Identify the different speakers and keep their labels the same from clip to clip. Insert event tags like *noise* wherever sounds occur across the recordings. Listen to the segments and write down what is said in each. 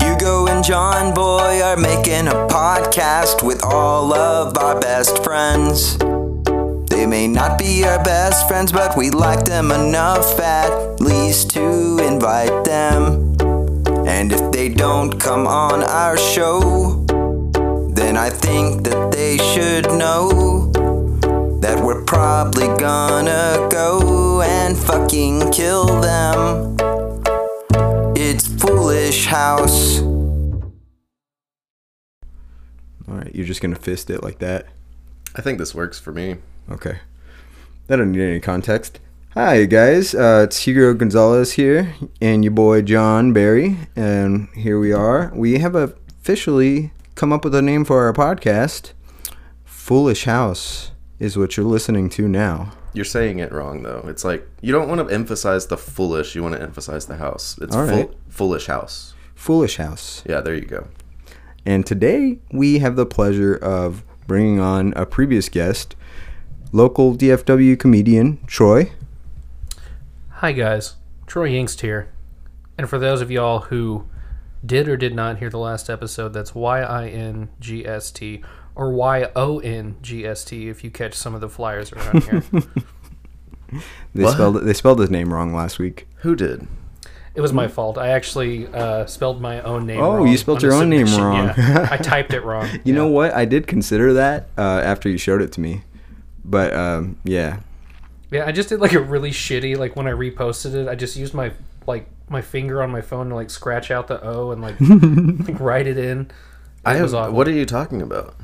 Speaker 1: and John Boy are making a podcast with all of our best friends. They may not be our best friends, but we like them enough at least to invite them. And if they don't come on our show, then I think that they should know that we're probably gonna go and fucking kill them. It's Foolish House.
Speaker 2: All right, you're just gonna fist it like that.
Speaker 3: I think this works for me.
Speaker 2: Okay. I don't need any context. Hi guys, uh, it's Hugo Gonzalez here, and your boy John Barry, and here we are. We have officially come up with a name for our podcast. Foolish House is what you're listening to now.
Speaker 3: You're saying it wrong though. It's like you don't want to emphasize the foolish. You want to emphasize the house. It's
Speaker 2: All right.
Speaker 3: fool- foolish house.
Speaker 2: Foolish House.
Speaker 3: Yeah, there you go.
Speaker 2: And today we have the pleasure of bringing on a previous guest, local DFW comedian Troy.
Speaker 4: Hi guys, Troy Yingst here. And for those of y'all who did or did not hear the last episode, that's Y I N G S T or Y O N G S T if you catch some of the flyers
Speaker 2: *laughs*
Speaker 4: around here.
Speaker 2: They
Speaker 3: What?
Speaker 2: spelled they spelled his name wrong last week.
Speaker 3: Who did?
Speaker 4: it was my fault. I actually uh, spelled my own name
Speaker 2: Oh,
Speaker 4: wrong
Speaker 2: you spelled
Speaker 4: on
Speaker 2: your
Speaker 4: the
Speaker 2: own name
Speaker 4: submission.
Speaker 2: wrong.
Speaker 4: Yeah, I typed it wrong.
Speaker 2: *laughs* You know
Speaker 4: Yeah.
Speaker 2: what? I did consider that uh, after you showed it to me, but um, yeah,
Speaker 4: Yeah, I just did like a really shitty like when I reposted it, I just used my like my finger on my phone to like scratch out the O
Speaker 2: *laughs*
Speaker 4: and like, like write it in.
Speaker 3: I
Speaker 4: It
Speaker 3: was
Speaker 4: was awful.
Speaker 3: What are you talking about?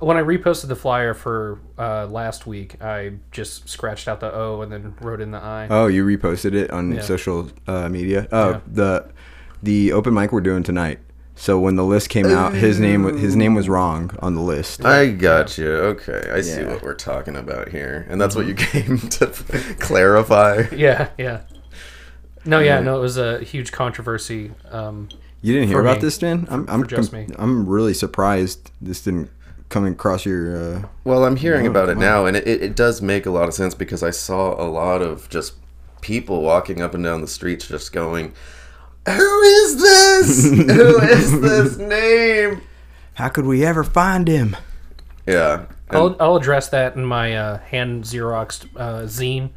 Speaker 4: When I reposted the flyer for uh, last week, I just scratched out the O and then wrote in the I.
Speaker 2: Oh, you reposted it on
Speaker 4: Yeah.
Speaker 2: social uh, media. Oh,
Speaker 4: Yeah.
Speaker 2: the the open mic we're doing tonight. So when the list came out, his name wa- his name was wrong on the list.
Speaker 3: I got you. Okay, I see
Speaker 2: Yeah. Mm-hmm.
Speaker 3: what we're talking about here, and that's what you came *laughs* to clarify.
Speaker 4: yeah, yeah. No, yeah,
Speaker 2: Mm.
Speaker 4: no, it was a huge controversy. Um,
Speaker 2: You didn't hear
Speaker 4: For
Speaker 2: about
Speaker 4: me.
Speaker 2: this, Dan? I'm I'm,
Speaker 4: for just me.
Speaker 2: I'm really surprised this didn't come across your. Uh,
Speaker 3: Well, I'm hearing
Speaker 2: No,
Speaker 3: about it
Speaker 2: come
Speaker 3: now, and it, it it does make a lot of sense because I saw a lot of just people walking up and down the streets just going, Who is
Speaker 2: *laughs*
Speaker 3: this? Who is this name?
Speaker 2: How could we ever find him?
Speaker 3: Yeah. and-
Speaker 4: I'll, I'll address that in my uh, hand xeroxed uh, zine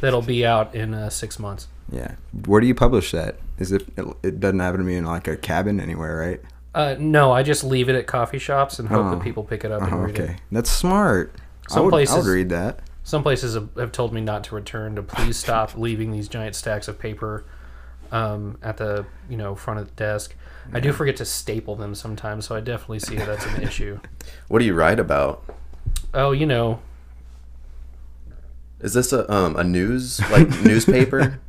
Speaker 4: that'll be out in uh, six months.
Speaker 2: Yeah. Where do you publish that? Is it? It, it doesn't happen to be in like a cabin anywhere, right?
Speaker 4: Uh, no, I just leave it at coffee shops and hope
Speaker 2: Oh.
Speaker 4: that people pick it up
Speaker 2: Oh,
Speaker 4: and read
Speaker 2: okay,
Speaker 4: it.
Speaker 2: that's smart. I
Speaker 4: Some
Speaker 2: would, I would
Speaker 4: places-
Speaker 2: read that.
Speaker 4: Some places have, have told me not to return to please stop
Speaker 3: *laughs*
Speaker 4: leaving these giant stacks of paper um, at the you know front of the desk. I do forget to staple them sometimes, so I definitely see that's an issue.
Speaker 3: What do you write about?
Speaker 4: Oh, you know,
Speaker 3: Is this a um, a news like newspaper?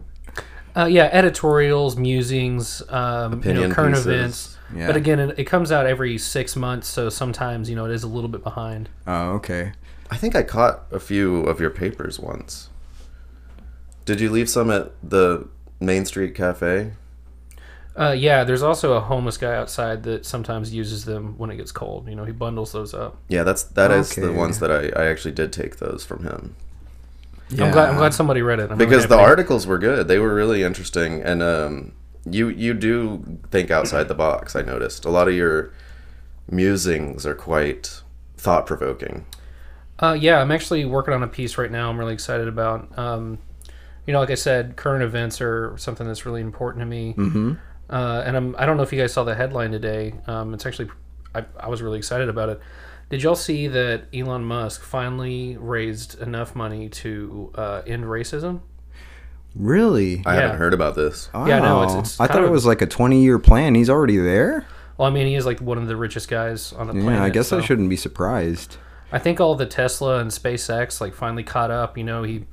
Speaker 4: Uh, yeah, editorials, musings, um, you
Speaker 3: Opinion
Speaker 4: know, current
Speaker 3: pieces.
Speaker 4: events.
Speaker 2: Yeah.
Speaker 4: But again, it, it comes out every six months, so sometimes you know it is a little bit behind.
Speaker 2: Oh, okay.
Speaker 3: I think I caught a few of your papers once. Did you leave some at the Main Street Cafe?
Speaker 4: Uh, yeah, there's also a homeless guy outside that sometimes uses them when it gets cold. You know, he bundles those up.
Speaker 3: Yeah, that's that is the
Speaker 2: Okay.
Speaker 3: ones that I, I actually did take those from him.
Speaker 4: I'm glad. I'm glad somebody read it. I'm
Speaker 3: because
Speaker 4: gonna
Speaker 3: the
Speaker 4: have to-
Speaker 3: articles were good. They were really interesting, and um, you you do think outside the box. I noticed a lot of your musings are quite thought provoking.
Speaker 4: Uh, yeah, I'm actually working on a piece right now. I'm really excited about. Um, you know, like I said, current events are something that's really important to me. Mm-hmm. Uh, and I'm, I don't know if you guys saw the headline today. Um, it's actually, I, I was really excited about it. Did y'all see that Elon Musk finally raised enough money to uh, end racism?
Speaker 2: Really?
Speaker 3: I
Speaker 4: Yeah.
Speaker 3: haven't heard about this.
Speaker 4: Yeah, no, it's-
Speaker 2: Wow.
Speaker 4: it's
Speaker 2: I
Speaker 4: kind
Speaker 2: thought it
Speaker 4: of-
Speaker 2: was like a 20-year plan. He's already there.
Speaker 4: Well, I mean, he is like one of the richest guys on the
Speaker 2: Yeah,
Speaker 4: planet.
Speaker 2: I guess I
Speaker 4: so-
Speaker 2: shouldn't be surprised.
Speaker 4: I think all the Tesla and SpaceX like finally caught up. You know, he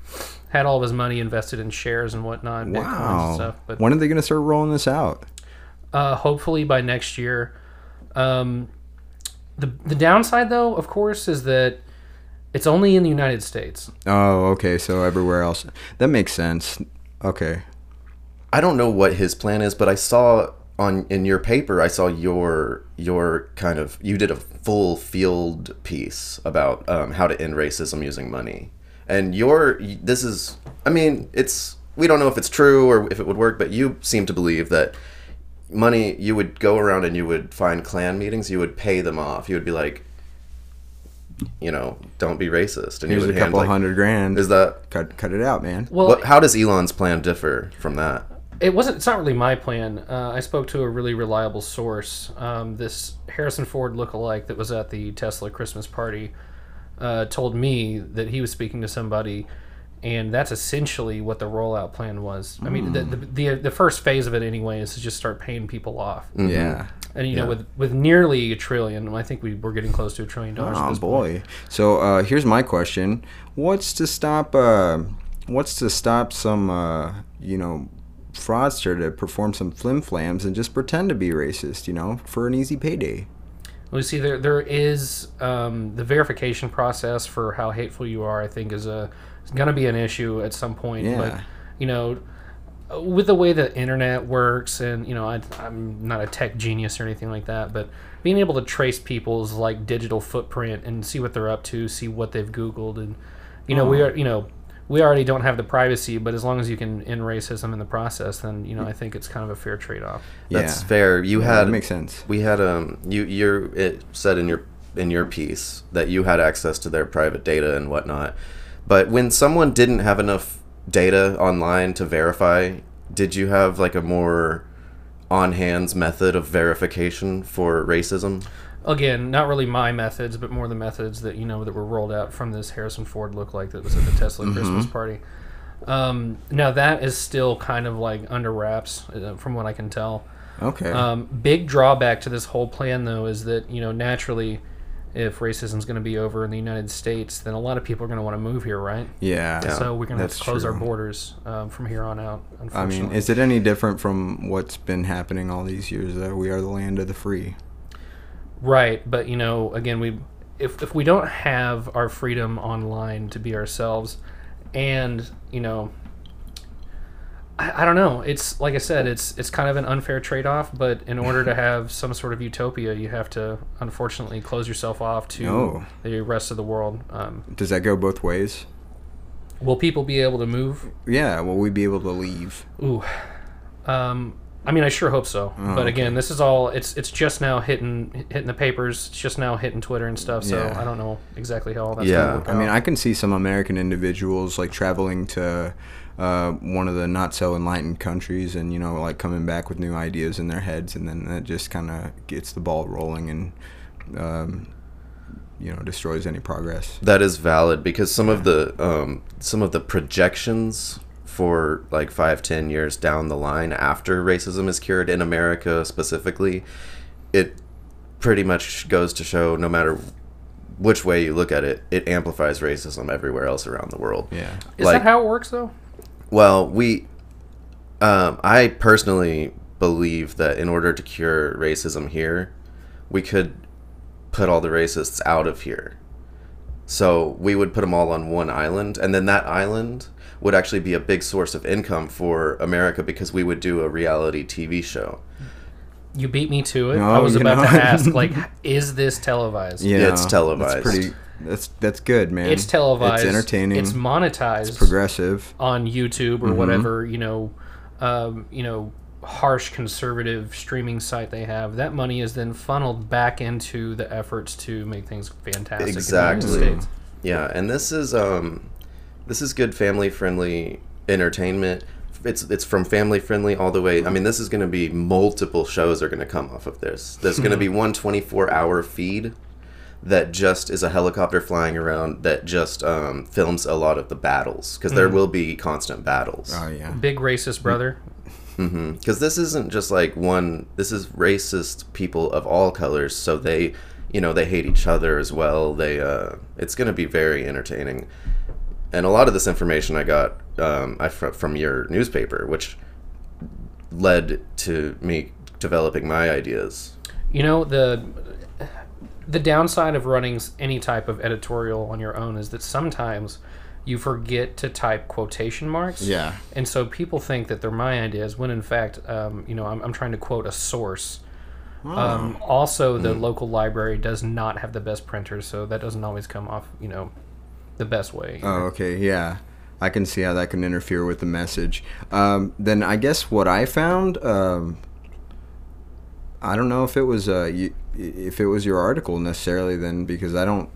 Speaker 4: had all of his money invested in shares and whatnot, and bitcoins and
Speaker 2: Wow.
Speaker 4: stuff. But
Speaker 2: when are they going to start rolling this out?
Speaker 4: uh, hopefully by next year. Um, the the downside, though, of course, is that it's only in the United States.
Speaker 2: Oh, okay. So everywhere else. That makes sense. Okay.
Speaker 3: I don't know what his plan is, but I saw on in your paper. I saw your your kind of you did a full field piece about um, how to end racism using money, and your this is. I mean, it's we don't know if it's true or if it would work, but you seem to believe that money you would go around and you would find Klan meetings. You would pay them off. You would be like, you know, don't be racist. And
Speaker 2: Here's
Speaker 3: you
Speaker 2: a
Speaker 3: would
Speaker 2: couple
Speaker 3: like,
Speaker 2: hundred grand.
Speaker 3: Is that
Speaker 2: cut cut it out, man.
Speaker 4: Well,
Speaker 3: what? How does Elon's plan differ from that?
Speaker 4: it wasn't. It's not really my plan. Uh, I spoke to a really reliable source. Um, this Harrison Ford lookalike that was at the Tesla Christmas party uh, told me that he was speaking to somebody, and that's essentially what the rollout plan was. I mean, the, the the the first phase of it, anyway, is to just start paying people off.
Speaker 3: Mm-hmm.
Speaker 2: Yeah.
Speaker 4: And you know, with with nearly a trillion, I think we we're getting close to a trillion dollars. at
Speaker 2: Oh
Speaker 4: this point.
Speaker 2: boy. So uh, here's my question: What's to stop? Uh, what's to stop some, uh, you know, fraudster to perform some flim flams and just pretend to be racist, you know, for an easy payday?
Speaker 4: Well, you see, there there is um, the verification process for how hateful you are. I think is a is going to be an issue at some point. But
Speaker 2: Yeah.
Speaker 4: you know, with the way the internet works, and you know, I, I'm not a tech genius or anything like that, but being able to trace people's like digital footprint and see what they're up to, see what they've Googled, and you know, we are you know. We already don't have the privacy, but as long as you can end racism in the process, then you know I think it's kind of a fair trade-off.
Speaker 3: That's
Speaker 2: yeah.
Speaker 3: fair. You
Speaker 2: That
Speaker 3: had
Speaker 2: makes sense.
Speaker 3: we had um you you it said in your in your piece that you had access to their private data and whatnot but when someone didn't have enough data online to verify did you have like a more on hands method of verification for racism
Speaker 4: again, not really my methods, but more the methods that you know that were rolled out from this Harrison Ford look like that was at the Tesla
Speaker 2: Mm-hmm.
Speaker 4: Christmas party. Um, now that is still kind of like under wraps, uh, from what I can tell.
Speaker 2: Okay.
Speaker 4: Um, big drawback to this whole plan, though, is that you know naturally, if racism's going to be over in the United States, then a lot of people are going to want to move here, right?
Speaker 2: yeah.
Speaker 4: so we're going to have
Speaker 2: that's
Speaker 4: to close our
Speaker 2: true.
Speaker 4: borders um, from here on out.
Speaker 2: I
Speaker 4: Unfortunately,
Speaker 2: mean, is it any different from what's been happening all these years? That we are the land of the free.
Speaker 4: Right, but you know, again, we if if we don't have our freedom online to be ourselves, and you know, I, I don't know. It's like I said, it's it's kind of an unfair trade off. But in
Speaker 2: *laughs*
Speaker 4: order to have some sort of utopia, you have to unfortunately close yourself off to
Speaker 2: No.
Speaker 4: the rest of the world. Um,
Speaker 2: Does that go both ways?
Speaker 4: will people be able to move?
Speaker 2: Yeah. Will we be able to leave?
Speaker 4: Ooh, um, I mean, I sure hope so.
Speaker 2: Oh,
Speaker 4: but again, this is all it's it's just now hitting hitting the papers. It's just now hitting Twitter and stuff. So
Speaker 2: Yeah.
Speaker 4: I don't know exactly how all that's
Speaker 3: Yeah.
Speaker 4: going to work
Speaker 2: I mean,
Speaker 4: out.
Speaker 2: I can see some American individuals like traveling to uh, one of the not so enlightened countries, and you know, like coming back with new ideas in their heads, and then that just kind of gets the ball rolling and um, you know destroys any progress.
Speaker 3: That is valid because some of the um, some of the projections for like five ten years down the line after racism is cured in America specifically, it pretty much goes to show no matter which way you look at it, it amplifies racism everywhere else around the world.
Speaker 2: Yeah.
Speaker 4: Is
Speaker 3: like-
Speaker 4: that how it works though?
Speaker 3: Well, we, um, I personally believe that in order to cure racism here, we could put all the racists out of here. So we would put them all on one island, and then that island would actually be a big source of income for America because we would do a reality TV show.
Speaker 4: You beat me to it.
Speaker 2: No,
Speaker 4: I was
Speaker 2: you
Speaker 4: about
Speaker 2: know.
Speaker 4: to ask,
Speaker 2: *laughs*
Speaker 4: like, is this televised?
Speaker 3: Yeah, it's televised.
Speaker 2: That's pretty. That's that's good, man.
Speaker 4: It's televised.
Speaker 2: It's entertaining.
Speaker 4: It's
Speaker 2: It's Mm-hmm.
Speaker 4: monetized
Speaker 2: progressive.
Speaker 4: on YouTube or whatever you know, um, you know, harsh conservative streaming site they have. That money is then funneled back into the efforts to make things fantastic. In the
Speaker 3: Exactly.
Speaker 4: United States.
Speaker 3: Yeah, and this is um, this is good family friendly entertainment. It's it's from family friendly all the way. I mean, this is going to be multiple shows are going to come off of this. There's going to
Speaker 4: Hmm.
Speaker 3: be one 24 hour feed that just is a helicopter flying around that just um, films a lot of the battles because
Speaker 4: Hmm.
Speaker 3: there will be constant battles
Speaker 2: Oh yeah.
Speaker 4: Big racist brother.
Speaker 3: because this isn't just like one this is racist people of all colors so they you know they hate each other as well they uh it's going to be very entertaining and a lot of this information i got um i fr- from your newspaper which led to me developing my ideas
Speaker 4: You know the the downside of running s- any type of editorial on your own is that sometimes you forget to type quotation marks.
Speaker 2: Yeah.
Speaker 4: And so people think that they're my ideas when in fact, um, you know, I'm, I'm trying to quote a source. Um, also, the local library does not have the best printer, so that doesn't always come off, you know, the best way.
Speaker 2: Oh, okay, yeah. I can see how that can interfere with the message. Um, then I guess what I found um, I don't know if it was uh, you, if it was your article necessarily then because I don't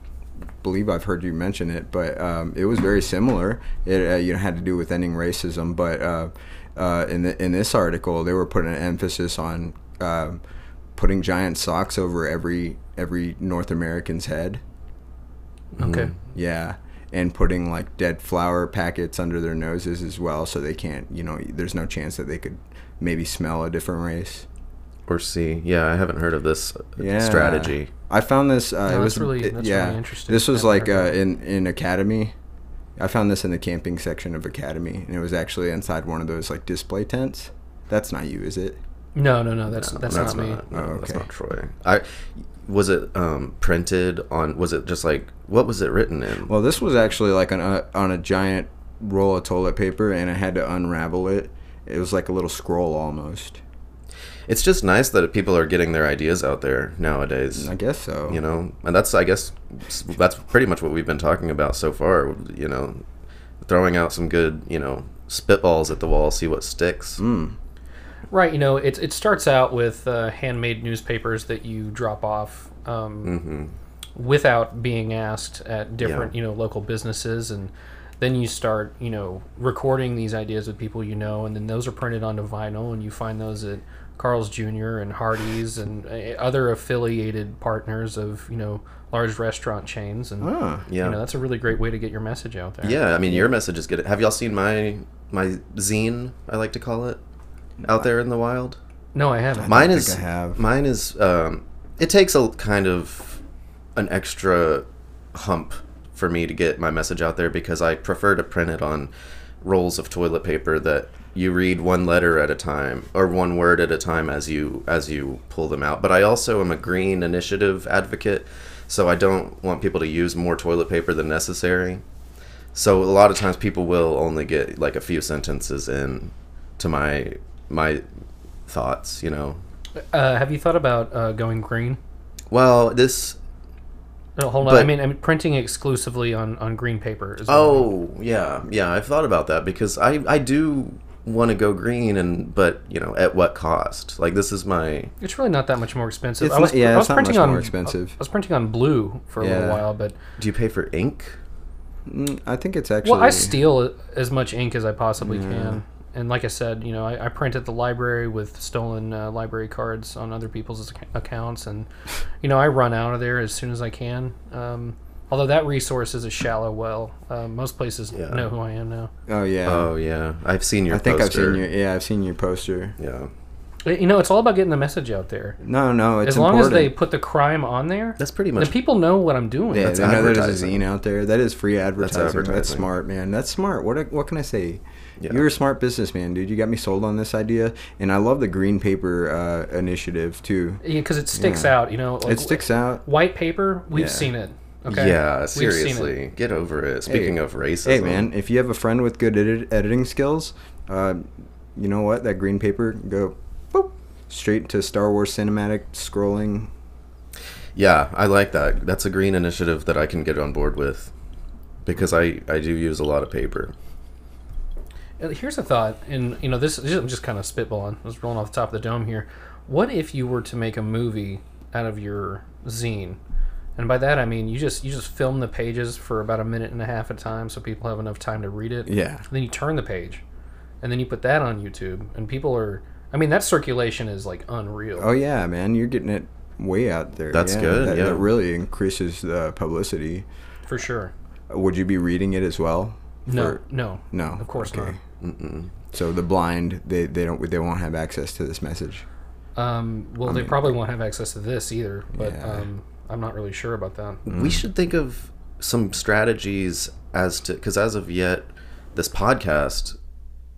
Speaker 2: believe I've heard you mention it, but um, it was very similar. It uh, you know had to do with ending racism, but uh, uh, in the, in this article they were putting an emphasis on um putting giant socks over every every North American's head.
Speaker 4: Okay.
Speaker 2: Yeah. And putting like dead flower packets under their noses as well, so they can't, you know, there's no chance that they could maybe smell a different race.
Speaker 3: Or C. Yeah, I haven't heard of this uh,
Speaker 2: Yeah.
Speaker 3: strategy.
Speaker 2: I found this. Uh, it
Speaker 4: that's
Speaker 2: was
Speaker 4: really-
Speaker 2: it-
Speaker 4: that's
Speaker 2: yeah.
Speaker 4: really interesting.
Speaker 2: This was
Speaker 4: I haven't
Speaker 2: like
Speaker 4: heard
Speaker 2: uh, in in academy. I found this in the camping section of academy, and it was actually inside one of those like display tents. That's not you, is it?
Speaker 4: No, no, no. That's that's, not, me.
Speaker 3: no,
Speaker 2: Oh,
Speaker 3: that's
Speaker 2: okay.
Speaker 3: not Troy. I was it um, printed on? Was it just like what was it written in?
Speaker 2: Well, this was actually like on a, on a giant roll of toilet paper, and I had to unravel it. It was like a little scroll almost.
Speaker 3: It's just nice that people are getting their ideas out there nowadays.
Speaker 2: Mm, I guess so.
Speaker 3: you know, and that's I guess s- that's pretty much what we've been talking about so far. You know, throwing out some good you know spitballs at the wall, see what sticks.
Speaker 4: Right. You know, it it starts out with uh, handmade newspapers that you drop off. Um,
Speaker 3: Mm-hmm.
Speaker 4: Without being asked at different, you know, local businesses, and then you start, you know, recording these ideas with people you know, and then those are printed onto vinyl, and you find those at Carl's Jr. and Hardee's and uh, other affiliated partners of, you know, large restaurant chains, and
Speaker 2: Huh.
Speaker 3: Oh, Yeah.
Speaker 4: you know, that's a really great way to get your message out there.
Speaker 3: Yeah, I mean, your message is good. Have y'all seen my my zine? I like to call it out there in the wild.
Speaker 4: No, I haven't.
Speaker 3: Mine
Speaker 2: think
Speaker 3: is
Speaker 2: I have.
Speaker 3: mine is um, it takes a kind of an extra hump for me to get my message out there because I prefer to print it on rolls of toilet paper that you read one letter at a time or one word at a time as you as you pull them out. But I also am a green initiative advocate, so I don't want people to use more toilet paper than necessary. So a lot of times people will only get like a few sentences in to my my thoughts, you know.
Speaker 4: Uh, have you thought about uh, going green?
Speaker 3: Well, this
Speaker 4: No, Oh, hold on. I
Speaker 3: But-
Speaker 4: mean, I mean, printing exclusively on, on green paper. Is
Speaker 3: Oh, yeah. Yeah, I've thought about that because I I do want to go green and but, you know, at what cost? Like this is my
Speaker 4: it's really not that much more expensive.
Speaker 2: It's not- yeah,
Speaker 4: I
Speaker 2: it's
Speaker 4: was
Speaker 2: not
Speaker 4: printing
Speaker 2: much
Speaker 4: on uh,
Speaker 2: more expensive.
Speaker 4: I was printing on blue for a
Speaker 2: Yeah.
Speaker 4: little while, but
Speaker 3: Do you pay for ink?
Speaker 2: Mm, I think it's actually.
Speaker 4: well, I steal as much ink as I possibly can. And like I said, you know, I, I print at the library with stolen uh, library cards on other people's ac- accounts, and you know, I run out of there as soon as I can. Um, although that resource is a shallow well. Uh, most places
Speaker 3: Yeah.
Speaker 4: know who I am now.
Speaker 2: Oh yeah.
Speaker 3: Oh, yeah. I've seen your
Speaker 2: I think I've
Speaker 3: poster.
Speaker 2: seen your. Yeah, I've seen your poster.
Speaker 3: Yeah.
Speaker 4: You know, it's all about getting the message out there.
Speaker 2: No, no, it's
Speaker 4: as long
Speaker 2: important.
Speaker 4: as they put the crime on there,
Speaker 3: That's pretty
Speaker 4: the
Speaker 3: much
Speaker 4: people know what I'm doing.
Speaker 2: Yeah,
Speaker 3: That's
Speaker 2: they know there's a
Speaker 3: advertising.
Speaker 2: zine out there. That is free advertising. That's,
Speaker 3: advertising.
Speaker 2: smart, man. That's smart. What what can I say?
Speaker 3: Yeah.
Speaker 2: You're a smart businessman, dude. You got me sold on this idea, and I love the green paper uh, initiative too.
Speaker 4: because it sticks out. You know, like,
Speaker 2: It sticks out.
Speaker 4: White paper, we've
Speaker 2: Yeah.
Speaker 4: seen it. Okay.
Speaker 3: Yeah,
Speaker 4: We've seen it.
Speaker 3: seriously. Get over it. Speaking of racism.
Speaker 2: Hey, man, if you have a friend with good edit- editing skills, uh, you know what? That green paper go boop, straight to Star Wars cinematic scrolling.
Speaker 3: Yeah, I like that. That's a green initiative that I can get on board with because I I do use a lot of paper.
Speaker 4: Uh, Here's a thought, and you know, this this- I'm just kind of spitballing. I was rolling off the top of the dome here. What if you were to make a movie out of your zine? And by that I mean you just you just film the pages for about a minute and a half at a time, so people have enough time to read it.
Speaker 2: Yeah.
Speaker 4: And then you turn the page, and then you put that on YouTube, and people are. I mean, that circulation is like unreal.
Speaker 2: Oh yeah, man, you're getting it way out there.
Speaker 3: That's good,
Speaker 2: That,
Speaker 3: yeah.
Speaker 2: that really increases the publicity.
Speaker 4: For sure.
Speaker 2: Would you be reading it as well?
Speaker 4: No,
Speaker 2: For-
Speaker 4: no,
Speaker 2: No,
Speaker 4: Of course
Speaker 2: okay. So the blind, they, they don't they won't have access to this message.
Speaker 4: not. Um, well, they probably won't have access to this either, but
Speaker 2: Yeah.
Speaker 4: um, I'm not really sure about that.
Speaker 2: Mm.
Speaker 3: we should think of some strategies as to because as of yet this podcast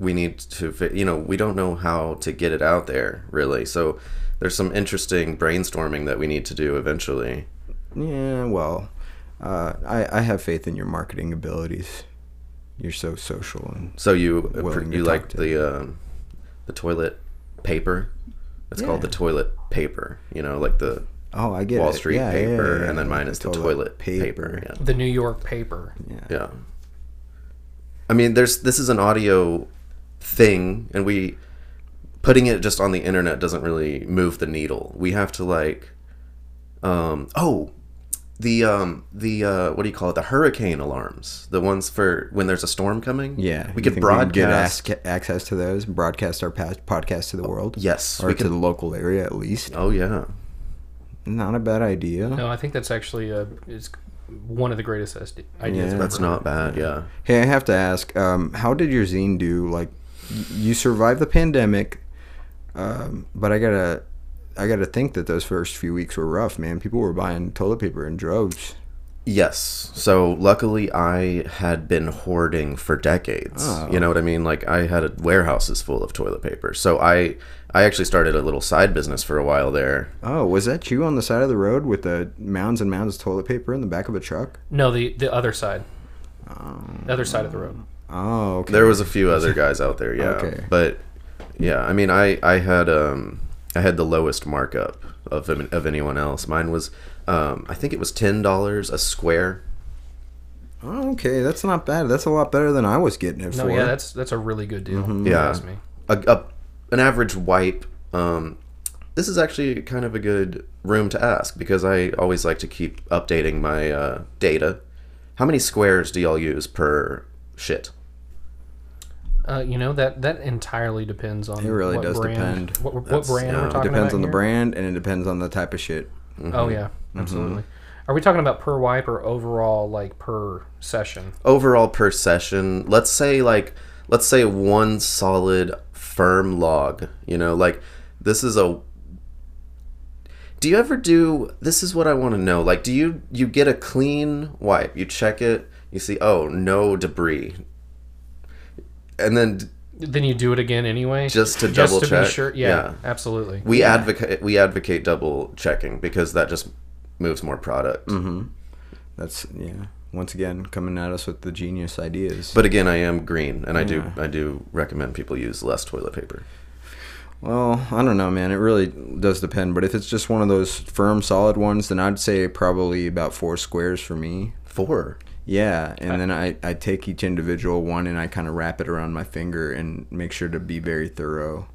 Speaker 3: we need to fi- you know we don't know how to get it out there really so there's some interesting brainstorming that we need to do eventually
Speaker 2: Yeah, well, uh, I I have faith in your marketing abilities. You're so social and
Speaker 3: so you
Speaker 2: Willing to
Speaker 3: you
Speaker 2: talk
Speaker 3: like
Speaker 2: to.
Speaker 3: the um, the toilet paper it's called the toilet paper you know like the
Speaker 2: oh, I get
Speaker 3: wall
Speaker 2: it.
Speaker 3: street
Speaker 2: Yeah, yeah,
Speaker 3: paper
Speaker 2: yeah,
Speaker 3: and then
Speaker 2: yeah,
Speaker 3: mine is the toilet paper, Yeah.
Speaker 4: The New York paper.
Speaker 3: Yeah. I mean, there's this is an audio thing, and we putting it just on the internet doesn't really move the needle. We have to like, um, oh, the um, the uh, what do you call it? The hurricane alarms, the ones for when there's a storm coming.
Speaker 2: Yeah,
Speaker 3: we
Speaker 2: you think
Speaker 3: could broadcast.
Speaker 2: get ac- access to those, broadcast our past podcast to the world.
Speaker 3: yes,
Speaker 2: or
Speaker 3: we
Speaker 2: to
Speaker 3: could-
Speaker 2: the local area at least.
Speaker 3: oh yeah,
Speaker 2: Not a bad idea.
Speaker 4: No, I think that's actually uh is one of the greatest SD ideas.
Speaker 2: Yeah.
Speaker 4: ever.
Speaker 3: that's not bad. Yeah.
Speaker 2: Hey, I have to ask, um, how did your zine do? Like, y- you survived the pandemic, um, but I gotta, I gotta think that those first few weeks were rough, man. People were buying toilet paper in droves.
Speaker 3: Yes. So luckily, I had been hoarding for decades.
Speaker 2: Oh.
Speaker 3: You know what I mean? Like I had warehouses full of toilet paper. So I, I actually started a little side business for a while there.
Speaker 2: Oh, was that you on the side of the road with the mounds and mounds of toilet paper in the back of a truck?
Speaker 4: No, the the other side.
Speaker 2: Um,
Speaker 4: the other side of the road.
Speaker 2: Oh, okay.
Speaker 3: There was a few other guys out there, yeah.
Speaker 2: Okay.
Speaker 3: But yeah, I mean, I I had um I had the lowest markup of of anyone else. Mine was um I think it was ten dollars a square.
Speaker 2: Oh, okay, that's not bad. That's a lot better than I was getting it
Speaker 4: No,
Speaker 2: for.
Speaker 4: yeah, that's that's a really good deal. if you
Speaker 3: Yeah.
Speaker 4: ask me.
Speaker 3: a, a an average wipe. Um, this is actually kind of a good room to ask because I always like to keep updating my uh, data. How many squares do y'all use per shit?
Speaker 4: Uh, you know that that entirely depends on.
Speaker 2: It really
Speaker 4: what
Speaker 2: does
Speaker 4: brand,
Speaker 2: depend.
Speaker 4: What, what
Speaker 3: That's-
Speaker 4: brand
Speaker 3: yeah.
Speaker 4: we're talking
Speaker 2: depends
Speaker 4: about
Speaker 2: on the Mm-hmm.
Speaker 4: here.
Speaker 2: brand and it depends on the type of shit.
Speaker 4: Oh yeah, absolutely. Are we talking about per wipe or overall, like per session?
Speaker 3: Overall per session, let's say like let's say one solid firm log. You know, like this is a. Do you ever do? This is what I want to know. Like, do you you get a clean wipe? You check it. You see, oh no debris, and then
Speaker 4: Then you do it again anyway,
Speaker 3: Just to double
Speaker 4: to
Speaker 3: check?
Speaker 4: Be sure. Yeah,
Speaker 3: Yeah.
Speaker 4: absolutely.
Speaker 3: we advocate we advocate double checking because that just moves more product.
Speaker 2: That's yeah. Once again, coming at us with the genius ideas.
Speaker 3: But again, I am green, and I do I do recommend people use less toilet paper.
Speaker 2: Well, I don't know, man. It really does depend. But if it's just one of those firm, solid ones, then I'd say probably about four squares for me.
Speaker 3: Four.
Speaker 2: Yeah, and then I, I take each individual one and I kind of wrap it around my finger and make sure to be very thorough.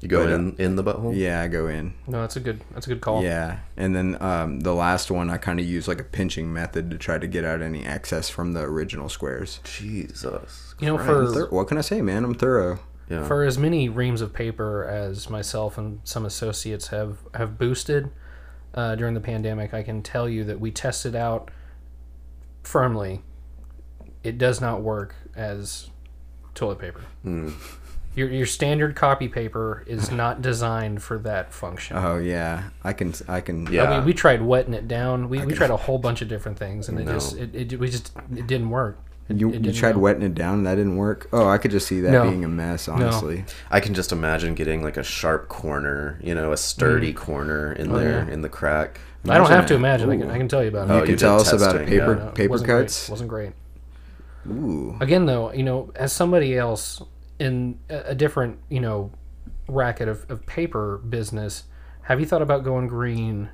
Speaker 3: You go
Speaker 2: But, uh,
Speaker 3: in in the butthole.
Speaker 2: Yeah, I go in.
Speaker 4: No, that's a good that's a good call.
Speaker 2: Yeah, and then um, the last one I kind of use like a pinching method to try to get out any excess from the original squares.
Speaker 3: Jesus.
Speaker 4: You know,
Speaker 3: Christ.
Speaker 4: for
Speaker 2: Thor- what can I say, man? I'm thorough.
Speaker 3: Yeah.
Speaker 4: for as many reams of paper as myself and some associates have have boosted uh, during the pandemic, I can tell you that we tested out firmly. It does not work as toilet paper.
Speaker 3: Hmm.
Speaker 4: Your your standard copy paper is not designed for that function.
Speaker 2: Oh yeah, I can I can.
Speaker 3: Yeah.
Speaker 4: I mean, we tried wetting it down. We, we tried a whole bunch of different things, and it just it, it we just it didn't work. It-
Speaker 2: You,
Speaker 4: it
Speaker 2: you
Speaker 4: didn't
Speaker 2: tried
Speaker 4: go.
Speaker 2: wetting it down and that didn't work. Oh, I could just see that
Speaker 4: No.
Speaker 2: being a mess, honestly.
Speaker 3: I can just imagine getting like a sharp corner, you know, a sturdy corner in there in the crack.
Speaker 4: Mm. Oh, I don't have to imagine. I can, I can tell you about it.
Speaker 3: Oh,
Speaker 2: You
Speaker 3: you
Speaker 2: can
Speaker 3: did
Speaker 2: tell us about
Speaker 3: testing,
Speaker 2: paper
Speaker 3: yeah.
Speaker 4: No, it
Speaker 2: paper
Speaker 4: wasn't great.
Speaker 2: cuts.
Speaker 4: wasn't great.
Speaker 2: Ooh,
Speaker 4: Again, though, you know, as somebody else in a a different, you know, racket of, of paper business, have you thought about going green